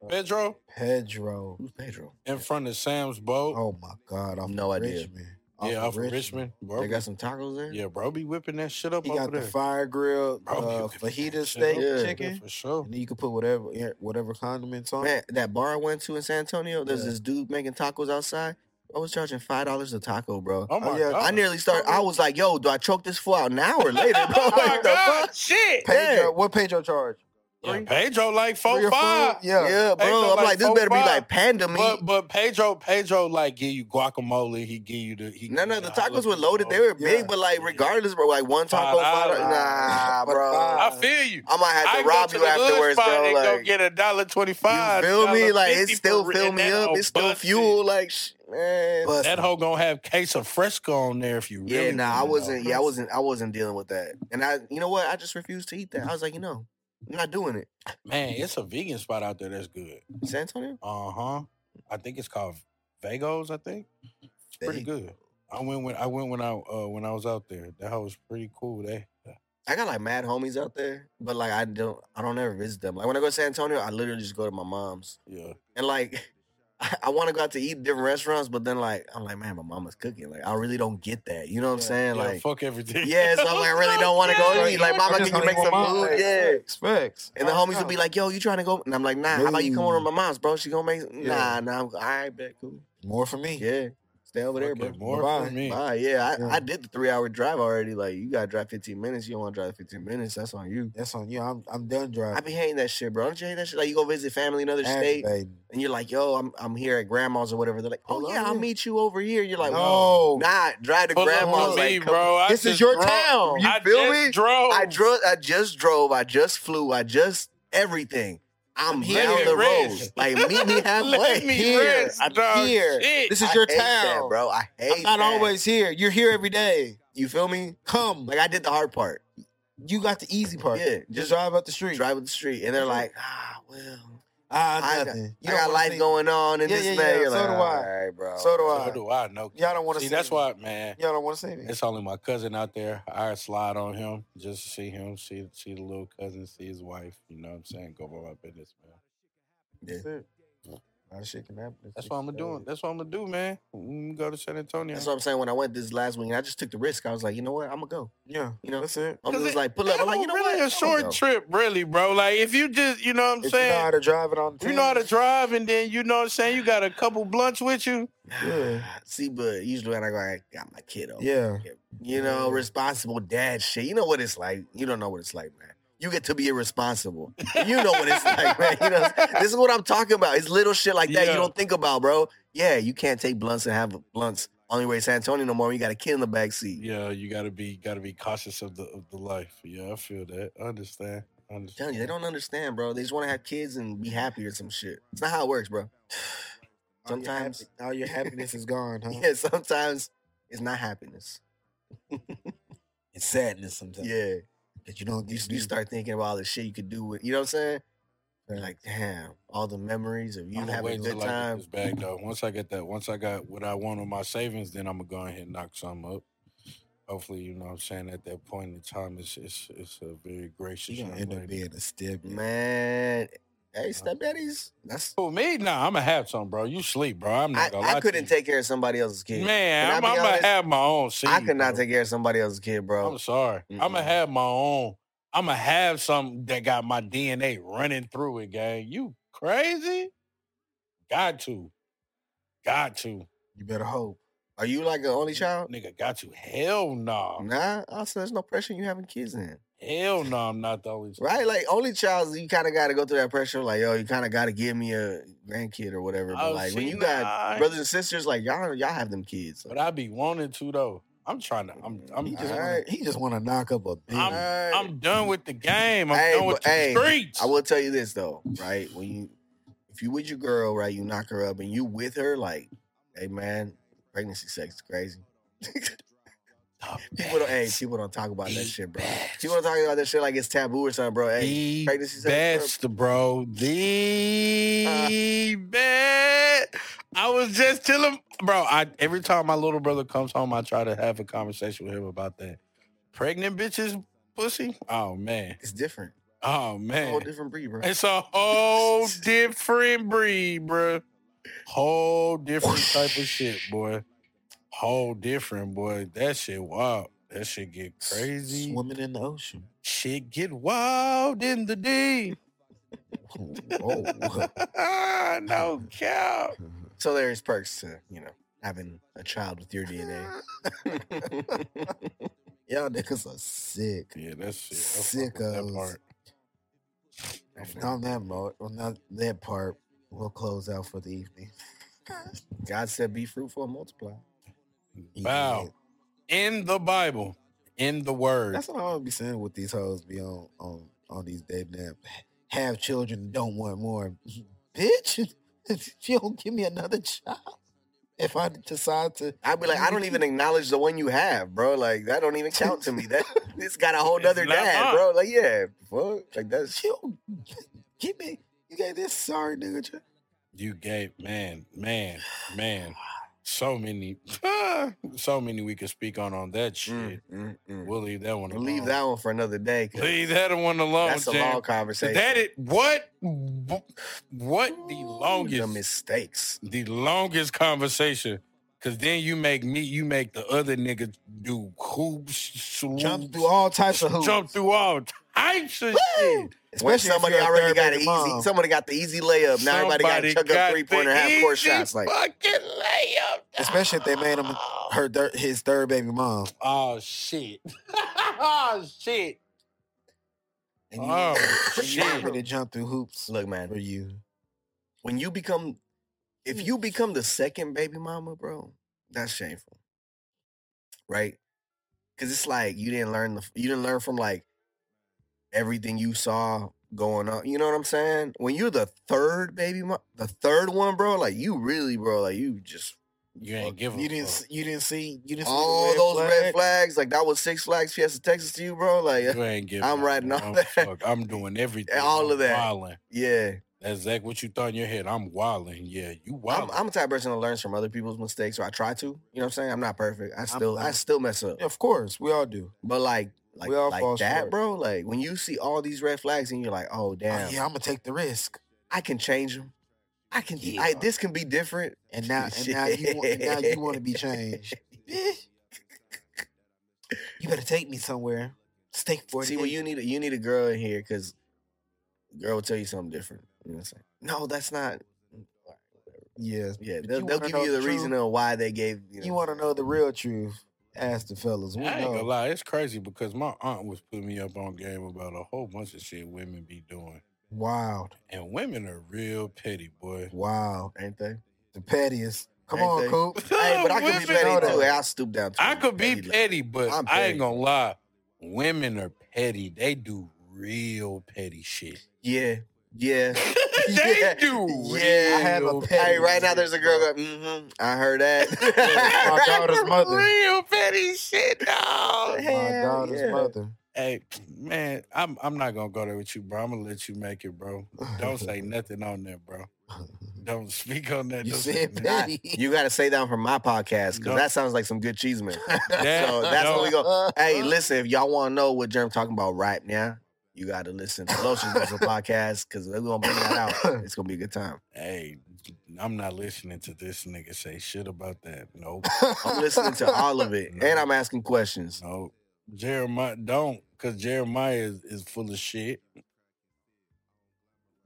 [SPEAKER 1] it. Pedro
[SPEAKER 2] Pedro.
[SPEAKER 3] Who's Pedro?
[SPEAKER 1] in front of Sam's boat.
[SPEAKER 2] Oh my God! Off
[SPEAKER 3] No
[SPEAKER 2] of
[SPEAKER 3] idea.
[SPEAKER 2] Richmond.
[SPEAKER 1] yeah, off of Richmond. Bro,
[SPEAKER 3] They got some tacos there.
[SPEAKER 1] yeah, bro, be whipping that shit up
[SPEAKER 2] He
[SPEAKER 1] over
[SPEAKER 2] got the
[SPEAKER 1] there.
[SPEAKER 2] fire grill
[SPEAKER 1] Bro, be
[SPEAKER 2] uh,
[SPEAKER 1] whipping that
[SPEAKER 2] fajita
[SPEAKER 1] shit up
[SPEAKER 2] steak
[SPEAKER 1] over there
[SPEAKER 2] chicken,
[SPEAKER 1] for sure.
[SPEAKER 2] and then you can put whatever yeah, whatever condiments on. it.
[SPEAKER 3] Man, Oh, that bar I went to in San Antonio, there's
[SPEAKER 2] Yeah.
[SPEAKER 3] this dude making tacos outside. I was charging five dollars a taco, bro.
[SPEAKER 1] Oh my
[SPEAKER 2] yeah,
[SPEAKER 1] god! *laughs*
[SPEAKER 3] I nearly started. I was like, "Yo, do I choke this for an hour later, *laughs* bro? *laughs*
[SPEAKER 1] Oh my
[SPEAKER 3] Like the
[SPEAKER 1] God,
[SPEAKER 3] fuck?
[SPEAKER 1] Shit.
[SPEAKER 2] Pedro,
[SPEAKER 3] Yeah.
[SPEAKER 2] what Pedro charge?
[SPEAKER 1] Yeah, Pedro like four
[SPEAKER 2] Three or four?
[SPEAKER 1] five.
[SPEAKER 2] Yeah.
[SPEAKER 3] Yeah, bro.
[SPEAKER 1] no,
[SPEAKER 3] I'm
[SPEAKER 1] like,
[SPEAKER 3] like, this
[SPEAKER 1] four,
[SPEAKER 3] better
[SPEAKER 1] five.
[SPEAKER 3] be like panda meat.
[SPEAKER 1] But but Pedro Pedro like give you guacamole. He give you the he
[SPEAKER 3] no, no,
[SPEAKER 1] give
[SPEAKER 3] the
[SPEAKER 1] you
[SPEAKER 3] tacos were
[SPEAKER 1] jalapeno.
[SPEAKER 3] loaded. They were
[SPEAKER 2] Yeah.
[SPEAKER 3] big, but like regardless, bro, like one taco,
[SPEAKER 1] Five
[SPEAKER 3] five
[SPEAKER 1] dollars.
[SPEAKER 3] nah,
[SPEAKER 2] But
[SPEAKER 3] bro.
[SPEAKER 2] five.
[SPEAKER 1] I feel you.
[SPEAKER 3] I might have
[SPEAKER 1] I
[SPEAKER 3] to
[SPEAKER 1] go
[SPEAKER 3] rob
[SPEAKER 1] to
[SPEAKER 3] you
[SPEAKER 1] the hood
[SPEAKER 3] afterwards,
[SPEAKER 1] spot
[SPEAKER 3] bro.
[SPEAKER 1] and go
[SPEAKER 3] Like,
[SPEAKER 1] get a dollar twenty
[SPEAKER 3] you
[SPEAKER 1] five.
[SPEAKER 3] feel me? Like it still fill
[SPEAKER 1] filled
[SPEAKER 3] me up. It's still fuel. Like, sh- man.
[SPEAKER 2] Bussin'.
[SPEAKER 1] That hoe gonna have queso fresco on there if you really.
[SPEAKER 3] yeah, nah, I
[SPEAKER 1] wanna
[SPEAKER 3] wasn't.
[SPEAKER 1] know.
[SPEAKER 3] Yeah, I wasn't. I wasn't dealing with that. And I, you know what? I just refused to eat that. I was like, you know, I'm not doing it.
[SPEAKER 1] Man, it's a vegan spot out there that's good.
[SPEAKER 3] San Antonio.
[SPEAKER 1] Uh huh. I think it's called Vagos. I think it's pretty good. I went when I went when I uh, when I was out there. That hoe was pretty cool. They
[SPEAKER 3] I got like mad homies out there, but like I don't. I don't ever visit them. Like when I go to San Antonio, I literally just go to my mom's.
[SPEAKER 1] yeah.
[SPEAKER 3] And like, *laughs* I, want to go out to eat different restaurants, but then like, I'm like, man, my mama's cooking. Like, I really don't get that. You know what I'm
[SPEAKER 2] Yeah,
[SPEAKER 3] saying?
[SPEAKER 1] yeah,
[SPEAKER 3] like,
[SPEAKER 1] fuck everything.
[SPEAKER 3] yeah, so
[SPEAKER 1] *laughs*
[SPEAKER 3] I'm like, I really don't want to go eat. Like, mama,
[SPEAKER 2] I just
[SPEAKER 3] can
[SPEAKER 2] don't
[SPEAKER 3] you make
[SPEAKER 2] even
[SPEAKER 3] some
[SPEAKER 2] want
[SPEAKER 3] food?
[SPEAKER 2] mine.
[SPEAKER 3] Yeah.
[SPEAKER 2] Specs.
[SPEAKER 3] And the homies would be like, yo, you trying to go? And I'm like, nah, how about you come over to my mom's, bro? She gonna make, nah,
[SPEAKER 2] Yeah.
[SPEAKER 3] nah. I'm, All right, bet,
[SPEAKER 1] *laughs*
[SPEAKER 3] cool.
[SPEAKER 2] more for me.
[SPEAKER 3] Yeah. Stay over there,
[SPEAKER 1] Fuck it,
[SPEAKER 3] bro.
[SPEAKER 1] More
[SPEAKER 2] Bye-bye.
[SPEAKER 1] for
[SPEAKER 2] *laughs*
[SPEAKER 1] me.
[SPEAKER 3] Bye. Yeah, I,
[SPEAKER 2] Yeah.
[SPEAKER 3] I did the three hour drive already. Like, you gotta drive 15 minutes. You don't wanna drive 15 minutes. That's on you.
[SPEAKER 2] That's on you. I'm I'm done
[SPEAKER 3] I
[SPEAKER 2] driving.
[SPEAKER 3] be hating that shit, bro. Don't you hate that shit? Like, you go visit family in another state.
[SPEAKER 2] Aggravating.
[SPEAKER 3] and you're like, yo, I'm I'm here at grandma's or whatever. They're like, oh
[SPEAKER 2] Hold
[SPEAKER 3] yeah,
[SPEAKER 2] on,
[SPEAKER 3] I'll
[SPEAKER 2] yeah.
[SPEAKER 3] meet you over here. You're like,
[SPEAKER 2] no,
[SPEAKER 3] nah, drive to
[SPEAKER 1] Pull up
[SPEAKER 3] grandma's.
[SPEAKER 1] on me,
[SPEAKER 3] Like, come-
[SPEAKER 1] bro. I
[SPEAKER 2] this is
[SPEAKER 1] just
[SPEAKER 2] your
[SPEAKER 1] drove-
[SPEAKER 2] town.
[SPEAKER 3] You
[SPEAKER 1] I
[SPEAKER 3] feel
[SPEAKER 1] just
[SPEAKER 3] me?
[SPEAKER 1] Drove.
[SPEAKER 3] I drove, I just drove, I just flew, I just everything. I'm
[SPEAKER 1] Let me
[SPEAKER 3] down the road.
[SPEAKER 1] rest.
[SPEAKER 3] Like *laughs*
[SPEAKER 2] *laughs*
[SPEAKER 3] meet me halfway.
[SPEAKER 1] Let me
[SPEAKER 2] Here,
[SPEAKER 1] rest,
[SPEAKER 2] I'm
[SPEAKER 1] dog.
[SPEAKER 2] here.
[SPEAKER 1] Shit.
[SPEAKER 2] This is
[SPEAKER 3] I
[SPEAKER 2] your
[SPEAKER 3] hate that,
[SPEAKER 2] town,
[SPEAKER 3] bro. I hate.
[SPEAKER 2] I'm not
[SPEAKER 3] that.
[SPEAKER 2] always here. You're here every day.
[SPEAKER 3] You feel me?
[SPEAKER 2] Come,
[SPEAKER 3] Like I did the hard part.
[SPEAKER 2] you got the easy part.
[SPEAKER 3] Yeah,
[SPEAKER 2] Just
[SPEAKER 3] just
[SPEAKER 2] drive up the street. Mm-hmm.
[SPEAKER 3] drive with the street, and they're like, ah, well,
[SPEAKER 2] Ah,
[SPEAKER 3] I got-
[SPEAKER 2] nothing.
[SPEAKER 3] you got life going on and
[SPEAKER 2] Yeah,
[SPEAKER 3] this
[SPEAKER 2] yeah,
[SPEAKER 3] and that.
[SPEAKER 2] yeah,
[SPEAKER 3] You're
[SPEAKER 2] so
[SPEAKER 3] like,
[SPEAKER 2] do I.
[SPEAKER 3] all right, bro.
[SPEAKER 2] So do
[SPEAKER 1] So do I. No,
[SPEAKER 2] Y'all don't wanna
[SPEAKER 1] see.
[SPEAKER 2] see
[SPEAKER 1] That's
[SPEAKER 2] me.
[SPEAKER 1] why, man.
[SPEAKER 2] Y'all don't want to see me.
[SPEAKER 1] It's only my cousin out there. I slide on him just to see him, see see the little cousin, see his wife. You know what I'm saying? Go about my business, man.
[SPEAKER 2] That's it. A lot of shit can happen.
[SPEAKER 1] That's what I'm gonna do.
[SPEAKER 2] doing.
[SPEAKER 1] That's what I'm gonna do, man. Mm, Go to San Antonio.
[SPEAKER 3] That's what I'm saying. When I went this last week, I just took the risk. I was like, you know what? I'm gonna go.
[SPEAKER 2] Yeah,
[SPEAKER 3] You know,
[SPEAKER 2] that's it.
[SPEAKER 3] I'm
[SPEAKER 1] 'Cause
[SPEAKER 3] just
[SPEAKER 1] it-
[SPEAKER 3] like pull up.
[SPEAKER 1] That
[SPEAKER 3] I'm like,
[SPEAKER 1] was
[SPEAKER 3] you know
[SPEAKER 1] really
[SPEAKER 3] what?
[SPEAKER 1] a short
[SPEAKER 3] *sighs* I'ma go.
[SPEAKER 1] trip, really, bro. Like if you just, you know what I'm
[SPEAKER 2] If you know
[SPEAKER 1] saying.
[SPEAKER 2] how to drive it on,
[SPEAKER 1] You know how to drive, and then you know what I'm saying. You got a couple blunts with you.
[SPEAKER 2] Yeah.
[SPEAKER 3] See, but usually when I go, I got my kiddo.
[SPEAKER 2] Oh, Yeah,
[SPEAKER 3] You know,
[SPEAKER 2] Yeah.
[SPEAKER 3] responsible dad shit. You know what it's like. You don't know what it's like, man. You get to be
[SPEAKER 1] *laughs*
[SPEAKER 3] irresponsible. You know what it's like, man. You know, this is what I'm talking about. It's little shit like that
[SPEAKER 1] Yeah.
[SPEAKER 3] you don't think about, bro. Yeah, you can't take blunts and have blunts on your way to San Antonio no more. You got a kid in the back seat.
[SPEAKER 1] Yeah, you gotta be gotta be cautious of the of the life. Yeah, I feel that. I understand. I
[SPEAKER 3] I'm
[SPEAKER 1] understand.
[SPEAKER 3] telling you, they don't understand, bro. They just want to have kids and be happy or some shit. It's not how it works, bro. *laughs*
[SPEAKER 2] All your
[SPEAKER 3] Sometimes-
[SPEAKER 2] happi- all your happiness is gone, huh?
[SPEAKER 3] Yeah, sometimes it's not happiness.
[SPEAKER 2] It's sadness sometimes.
[SPEAKER 3] Yeah.
[SPEAKER 2] that you don't.
[SPEAKER 3] you,
[SPEAKER 2] You,
[SPEAKER 3] you start thinking about all the shit you could do with you know what I'm saying? You're
[SPEAKER 2] Yeah.
[SPEAKER 3] like, damn, all the memories of you
[SPEAKER 1] I'ma
[SPEAKER 3] having a
[SPEAKER 1] wait
[SPEAKER 3] good
[SPEAKER 1] till I get
[SPEAKER 3] time.
[SPEAKER 1] this bag though. Once I get that, once I got what I want on my savings, then I'm gonna go ahead and knock some up. Hopefully, you know what I'm saying. At that point in time, it's it's it's a very gracious.
[SPEAKER 2] you gonna
[SPEAKER 1] young
[SPEAKER 2] end up
[SPEAKER 1] lady.
[SPEAKER 2] being a step.
[SPEAKER 3] Man, hey, stepdaddies. That's
[SPEAKER 1] For me, nah, I'm gonna have some, bro. You sleep, bro. I'm
[SPEAKER 3] I,
[SPEAKER 1] not gonna lie
[SPEAKER 3] I
[SPEAKER 1] to
[SPEAKER 3] couldn't
[SPEAKER 1] you.
[SPEAKER 3] take care of somebody else's kid.
[SPEAKER 1] Man,
[SPEAKER 3] Can I
[SPEAKER 1] I'm,
[SPEAKER 3] be
[SPEAKER 1] I'm gonna
[SPEAKER 3] honest?
[SPEAKER 1] have my own. Seed,
[SPEAKER 3] I could not
[SPEAKER 1] bro.
[SPEAKER 3] take care of somebody else's kid, bro.
[SPEAKER 1] I'm sorry. I'm
[SPEAKER 3] Mm-mm.
[SPEAKER 1] gonna have my own. I'm gonna have something that got my DNA running through it, gang. You crazy? Got to, got to,
[SPEAKER 2] You better hope.
[SPEAKER 3] Are you like an only child?
[SPEAKER 1] nigga, got to. Hell no,
[SPEAKER 3] Nah. Also, there's no pressure you having kids in.
[SPEAKER 1] hell no. I'm not the only.
[SPEAKER 3] *laughs* Right? Like only child, you kinda gotta go through that pressure, like, yo, you kinda gotta give me a grandkid or whatever. But
[SPEAKER 1] Oh,
[SPEAKER 3] like
[SPEAKER 1] see,
[SPEAKER 3] when you got
[SPEAKER 1] nah.
[SPEAKER 3] brothers and sisters, like y'all y'all have them kids.
[SPEAKER 1] but I be wanting to though. I'm trying to. I'm. I'm.
[SPEAKER 2] He just
[SPEAKER 1] I'm,
[SPEAKER 2] wanna,
[SPEAKER 3] Alright.
[SPEAKER 2] he just wanna knock up a big.
[SPEAKER 1] I'm, done with the game. I'm
[SPEAKER 3] Hey,
[SPEAKER 1] done with
[SPEAKER 3] but-
[SPEAKER 1] the
[SPEAKER 3] hey,
[SPEAKER 1] streets.
[SPEAKER 3] I will tell you this though, right? When you if you with your girl, right, you knock her up and you with her, like, hey man, pregnancy sex is crazy. People don't, hey, people don't talk about that shit, bro. People don't talk about that shit like it's taboo or something, bro. Hey,
[SPEAKER 1] the
[SPEAKER 3] pregnancy sex,
[SPEAKER 1] best, bro.
[SPEAKER 3] *laughs*
[SPEAKER 1] The best. I was just telling, bro. I every time my little brother comes home, I try to have a conversation with him about that. Pregnant bitches, pussy. Oh man.
[SPEAKER 3] it's different.
[SPEAKER 1] Oh
[SPEAKER 3] A whole
[SPEAKER 1] man.
[SPEAKER 3] different breed, bro.
[SPEAKER 1] It's a
[SPEAKER 3] *laughs*
[SPEAKER 1] whole different breed, bro. Whole different type of shit, boy. Whole different, boy. That shit wild. That shit get crazy.
[SPEAKER 2] Swimming in the ocean.
[SPEAKER 1] *laughs* Shit get wild in the deep.
[SPEAKER 2] *laughs* Whoa.
[SPEAKER 1] no cow.
[SPEAKER 3] So there's perks to, you know, having a *laughs* child with
[SPEAKER 2] *laughs*
[SPEAKER 3] your DNA. Y'all niggas are sick.
[SPEAKER 1] Yeah, that's shit. I fuck with That
[SPEAKER 3] Sickos.
[SPEAKER 1] part.
[SPEAKER 2] on that mode, on that, that part, we'll close out for the evening. *laughs*
[SPEAKER 3] God said be fruitful and multiply.
[SPEAKER 1] Wow. In the Bible, in the Word.
[SPEAKER 2] That's what I always be saying with these hoes be on on on these dating apps. Have children, don't want more, *laughs* bitch. *laughs* You don't give me another child. If I decide to, *laughs*
[SPEAKER 3] I'd be like, I don't even acknowledge the one you have, bro. Like that don't even count
[SPEAKER 1] *laughs*
[SPEAKER 3] to me. That it's got a whole
[SPEAKER 1] It's
[SPEAKER 3] nother
[SPEAKER 1] not
[SPEAKER 3] dad,
[SPEAKER 1] mine.
[SPEAKER 3] bro. Like, yeah, fuck. Like that's
[SPEAKER 2] you don't *laughs* give me. You gave this sorry nigga. ch-
[SPEAKER 1] You gave man, man, man. So many, *sighs* so many we could speak on on that shit.
[SPEAKER 3] mm, mm, mm.
[SPEAKER 1] We'll leave that one.
[SPEAKER 3] We'll leave
[SPEAKER 1] alone.
[SPEAKER 3] that one for another day. 'cause
[SPEAKER 1] Leave that one alone.
[SPEAKER 3] that's a
[SPEAKER 1] Jam.
[SPEAKER 3] long conversation.
[SPEAKER 1] That it. What? What the longest?
[SPEAKER 3] the mistakes.
[SPEAKER 1] the longest conversation. Cause then you make me, you make the other nigga do hoops,
[SPEAKER 2] Jump through all types of hoops.
[SPEAKER 1] jump through all types of shit.
[SPEAKER 3] When
[SPEAKER 2] Especially if
[SPEAKER 3] somebody
[SPEAKER 2] you're a
[SPEAKER 3] already
[SPEAKER 2] third
[SPEAKER 3] got an
[SPEAKER 2] baby
[SPEAKER 3] easy,
[SPEAKER 2] mom.
[SPEAKER 3] somebody got the easy layup. Now everybody got to chuck up
[SPEAKER 1] got
[SPEAKER 3] three pointer,
[SPEAKER 1] the
[SPEAKER 3] half court
[SPEAKER 1] easy
[SPEAKER 3] shots. Like
[SPEAKER 1] fucking layup.
[SPEAKER 2] Especially if they made him her thir- his third baby mom.
[SPEAKER 1] Oh shit! *laughs* oh shit!
[SPEAKER 2] And you,
[SPEAKER 1] Oh
[SPEAKER 2] and you want me
[SPEAKER 1] shit!
[SPEAKER 2] to jump through hoops
[SPEAKER 3] Look,
[SPEAKER 2] for
[SPEAKER 3] man,
[SPEAKER 2] you.
[SPEAKER 3] when you become,
[SPEAKER 1] Hmm.
[SPEAKER 3] if you become the second baby mama, bro, that's shameful, right? Because it's like you didn't learn the, you didn't learn from like everything you saw going on. You know what I'm saying? When you're the third baby, mom, the third one, bro, like you really, bro, like you just
[SPEAKER 1] You ain't give a
[SPEAKER 2] You didn't.
[SPEAKER 1] fuck.
[SPEAKER 2] s- You didn't see. You didn't see the
[SPEAKER 3] all
[SPEAKER 2] red
[SPEAKER 3] those
[SPEAKER 2] flag?
[SPEAKER 3] red flags, like that was Six Flags Fiesta Texas to you, bro, like.
[SPEAKER 1] You ain't giving.
[SPEAKER 3] I'm
[SPEAKER 1] a
[SPEAKER 3] writing all
[SPEAKER 1] dumb
[SPEAKER 3] that.
[SPEAKER 1] fuck. I'm
[SPEAKER 3] *laughs*
[SPEAKER 1] doing everything.
[SPEAKER 3] All
[SPEAKER 1] I'm
[SPEAKER 3] of that.
[SPEAKER 1] Wilding.
[SPEAKER 3] Yeah,
[SPEAKER 1] That's Zach. What you thought in your head? I'm wilding. Yeah, you
[SPEAKER 3] I'm,
[SPEAKER 1] wilding.
[SPEAKER 3] I'm the type of person that learns from other people's mistakes, or I try to. You know what I'm saying? I'm not perfect. I still, I
[SPEAKER 2] not.
[SPEAKER 3] still mess up.
[SPEAKER 2] Of course, we all do.
[SPEAKER 3] But like, like,
[SPEAKER 2] We all fall
[SPEAKER 3] like that,
[SPEAKER 2] short.
[SPEAKER 3] bro. Like when you see all these red flags and you're like, oh
[SPEAKER 2] Oh,
[SPEAKER 3] damn,
[SPEAKER 2] yeah, I'm gonna take the risk.
[SPEAKER 3] I can change them. I can.
[SPEAKER 2] Yeah.
[SPEAKER 3] I, this can be different.
[SPEAKER 2] And now, and now you, want, and now you want to be changed. Bitch. you better take me somewhere. Steak *laughs* for
[SPEAKER 3] See, well, you need a, you need a girl in here because girl will tell you something different. You know what I'm saying? No, that's not.
[SPEAKER 2] Yeah,
[SPEAKER 3] Yeah,
[SPEAKER 2] But
[SPEAKER 3] they'll,
[SPEAKER 2] you
[SPEAKER 3] they'll
[SPEAKER 2] wanna
[SPEAKER 3] give
[SPEAKER 2] know
[SPEAKER 3] you
[SPEAKER 2] the
[SPEAKER 3] the reason
[SPEAKER 2] truth.
[SPEAKER 3] on why they gave. You, know,
[SPEAKER 2] you want to know the real truth? Ask the fellas. We
[SPEAKER 1] I ain't gonna
[SPEAKER 2] know.
[SPEAKER 1] lie, it's crazy because my aunt was putting me up on game about a whole bunch of shit women be doing,
[SPEAKER 2] Wild,
[SPEAKER 1] and women are real petty, boy.
[SPEAKER 2] wild.
[SPEAKER 3] ain't they?
[SPEAKER 2] The pettiest. Come
[SPEAKER 3] Ain't
[SPEAKER 2] on,
[SPEAKER 3] they?
[SPEAKER 2] Coop.
[SPEAKER 3] Hey, but I could be
[SPEAKER 1] Women
[SPEAKER 2] know
[SPEAKER 3] petty
[SPEAKER 2] that.
[SPEAKER 3] too. Hey, I'll stoop down. To
[SPEAKER 1] I
[SPEAKER 3] you.
[SPEAKER 1] could be
[SPEAKER 3] Petty, like-
[SPEAKER 1] petty, but
[SPEAKER 3] I'm
[SPEAKER 1] I
[SPEAKER 3] petty.
[SPEAKER 1] ain't gonna lie. Women are petty. They do real petty
[SPEAKER 3] *laughs*
[SPEAKER 1] shit. *laughs*
[SPEAKER 3] Yeah, yeah.
[SPEAKER 1] they
[SPEAKER 3] Yeah.
[SPEAKER 1] do.
[SPEAKER 3] Yeah. I
[SPEAKER 2] have a
[SPEAKER 1] real
[SPEAKER 2] petty
[SPEAKER 3] Hey, right now
[SPEAKER 1] shit,
[SPEAKER 3] there's a girl
[SPEAKER 1] bro.
[SPEAKER 3] going, mm-hmm, I heard that.
[SPEAKER 1] *laughs*
[SPEAKER 2] My daughter's mother.
[SPEAKER 1] Real petty shit, dog.
[SPEAKER 2] My
[SPEAKER 3] Hell
[SPEAKER 2] daughter's
[SPEAKER 3] yeah.
[SPEAKER 2] mother.
[SPEAKER 1] Hey, man, I'm I'm not gonna go there with you, bro. I'm gonna let you make it, bro. Don't
[SPEAKER 2] *laughs*
[SPEAKER 1] say nothing on that, bro. Don't speak on that.
[SPEAKER 2] You
[SPEAKER 1] Don't
[SPEAKER 2] said
[SPEAKER 1] nothing.
[SPEAKER 2] *laughs*
[SPEAKER 3] Nah,
[SPEAKER 2] petty.
[SPEAKER 3] *laughs* you got to say that for my podcast because
[SPEAKER 1] No.
[SPEAKER 3] that sounds like some good
[SPEAKER 2] *laughs*
[SPEAKER 3] cheese man.
[SPEAKER 1] *laughs* That-
[SPEAKER 3] So that's
[SPEAKER 1] no.
[SPEAKER 3] what we go. Hey, listen, if y'all want to know what Germ talking about right now, you got to listen to Lotion
[SPEAKER 2] *laughs*
[SPEAKER 3] Social Podcast because we're going to bring that out. It's going to be a good time.
[SPEAKER 1] Hey, I'm not listening to this nigga say shit about that. Nope,
[SPEAKER 2] *laughs*
[SPEAKER 3] I'm listening to all of it
[SPEAKER 1] No.
[SPEAKER 3] and I'm asking questions.
[SPEAKER 1] nope. Jeremiah, don't, cause Jeremiah is, is full of shit.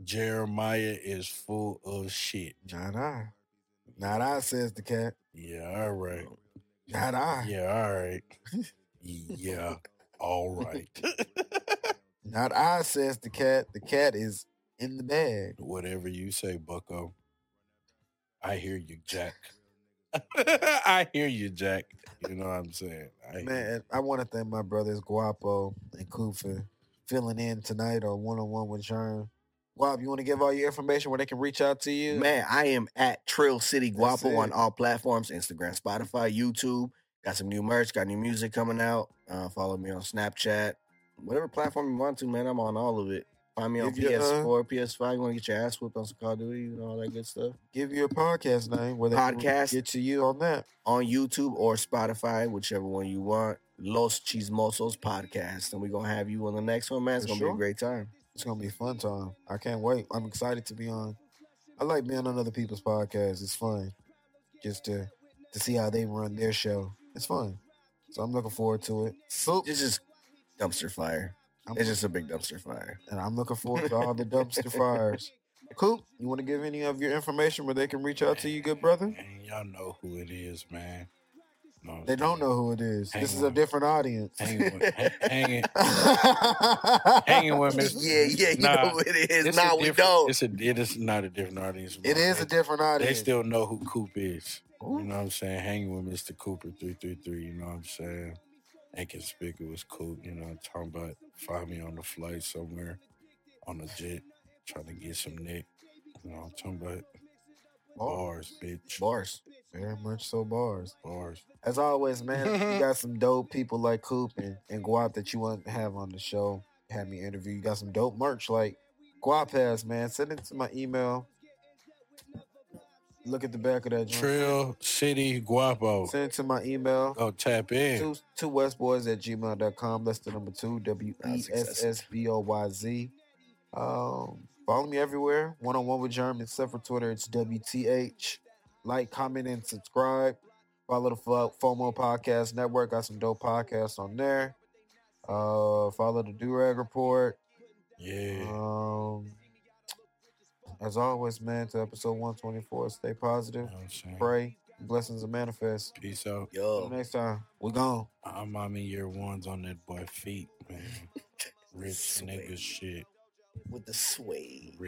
[SPEAKER 1] Jeremiah is full of shit.
[SPEAKER 2] Not I. Not I, says the cat.
[SPEAKER 1] Yeah, all right.
[SPEAKER 2] Not I.
[SPEAKER 1] Yeah, all right.
[SPEAKER 2] *laughs*
[SPEAKER 1] Yeah, all right.
[SPEAKER 2] Not I, says the cat. The cat is in the bag.
[SPEAKER 1] Whatever you say, Bucko. I hear you, Jack. *laughs* I hear you, Jack. You know what I'm saying? I hear you.
[SPEAKER 2] Man, I want to thank my brothers Guapo and Coop for filling in tonight on one on one with John. Guap, you want to give all your information where they can reach out to you?
[SPEAKER 3] Man, I am at Trill City
[SPEAKER 2] That's
[SPEAKER 3] Guapo on
[SPEAKER 2] it.
[SPEAKER 3] all platforms Instagram, Spotify, YouTube. Got some new merch, got new music coming out. Uh, follow me on Snapchat, whatever platform you want to, man. I'm on all of it. Find me on
[SPEAKER 2] If you, uh,
[SPEAKER 3] PS4, PS5. You want to get your ass whooped on some Call of Duty and all that good stuff
[SPEAKER 2] Give you a podcast name. Where they can
[SPEAKER 3] Podcast.
[SPEAKER 2] Get to you on that.
[SPEAKER 3] on YouTube or Spotify, whichever one you want. Los Chismosos podcast, and we're gonna have you on the next one, man. It's
[SPEAKER 2] For
[SPEAKER 3] gonna be
[SPEAKER 2] sure.
[SPEAKER 3] a great time.
[SPEAKER 2] It's gonna be a fun time. I can't wait. I'm excited to be on. I like being on other people's podcasts. It's fun, just to to see how they run their show. It's fun, so I'm looking forward to it. So
[SPEAKER 3] It's just dumpster fire.
[SPEAKER 2] I'm,
[SPEAKER 3] It's just a big dumpster fire. *laughs*
[SPEAKER 2] and I'm looking forward to all the dumpster fires. Coop, you want to give any of your information where they can reach out to you, good brother?
[SPEAKER 1] Man, y'all know who it is, man. Know what I'm
[SPEAKER 2] They don't know
[SPEAKER 1] saying?
[SPEAKER 2] know who it is.
[SPEAKER 1] Hang
[SPEAKER 2] this is a
[SPEAKER 1] on.
[SPEAKER 2] different audience. *laughs*
[SPEAKER 1] Hanging with, ha- hanging,
[SPEAKER 2] it
[SPEAKER 1] hanging
[SPEAKER 2] *laughs*
[SPEAKER 1] with me.
[SPEAKER 3] Yeah, yeah, you know
[SPEAKER 1] Nah,
[SPEAKER 3] what it is.
[SPEAKER 1] it's
[SPEAKER 3] Nah,
[SPEAKER 1] a
[SPEAKER 3] we
[SPEAKER 1] different-
[SPEAKER 3] don't.
[SPEAKER 1] It's a, it is not a different audience. bro.
[SPEAKER 2] is a
[SPEAKER 1] They-
[SPEAKER 2] different
[SPEAKER 1] They
[SPEAKER 2] audience.
[SPEAKER 1] still know who Coop is.
[SPEAKER 2] Ooh.
[SPEAKER 1] You know what I'm saying? Hanging with Mr. Cooper 333, you know what I'm saying? Inconspicuous Coop, you know, I'm talking about find me on the flight somewhere on a jet trying to get some neck. You know, I'm talking about
[SPEAKER 2] Oh,
[SPEAKER 1] bars, bitch.
[SPEAKER 3] Bars.
[SPEAKER 2] Very much so bars.
[SPEAKER 1] Bars.
[SPEAKER 2] As always, man, you got some dope people like Coop and, and Guap that you want to have on the show. Have me interview. You got some dope merch like Guap has, man. Send it to my email. Look at the back of that joint.
[SPEAKER 1] Trail City Guapo.
[SPEAKER 2] Send it to my email.
[SPEAKER 1] Go tap in.
[SPEAKER 2] Two, two Westboys at gmail.com. That's the number two, W E
[SPEAKER 3] That's
[SPEAKER 2] S
[SPEAKER 3] excessive.
[SPEAKER 2] S B O Y Z. Um, follow me everywhere. One on one with Germ, except for Twitter. It's WTH. Like, comment, and subscribe. Follow the Fo- FOMO Podcast Network. Got some dope podcasts on there. Uh, follow the Durag Report. Uh,
[SPEAKER 1] Yeah.
[SPEAKER 2] Um, as always, man, to episode 124. Stay
[SPEAKER 1] You
[SPEAKER 2] positive,
[SPEAKER 1] know what I'm saying?
[SPEAKER 2] pray, blessings, and manifest.
[SPEAKER 1] Peace out.
[SPEAKER 2] Till
[SPEAKER 3] Yo.
[SPEAKER 2] next time, we're gone.
[SPEAKER 1] I'm I'm in year ones on that boy feet, man. Rich
[SPEAKER 3] Sweet.
[SPEAKER 1] nigga shit.
[SPEAKER 3] With the sway.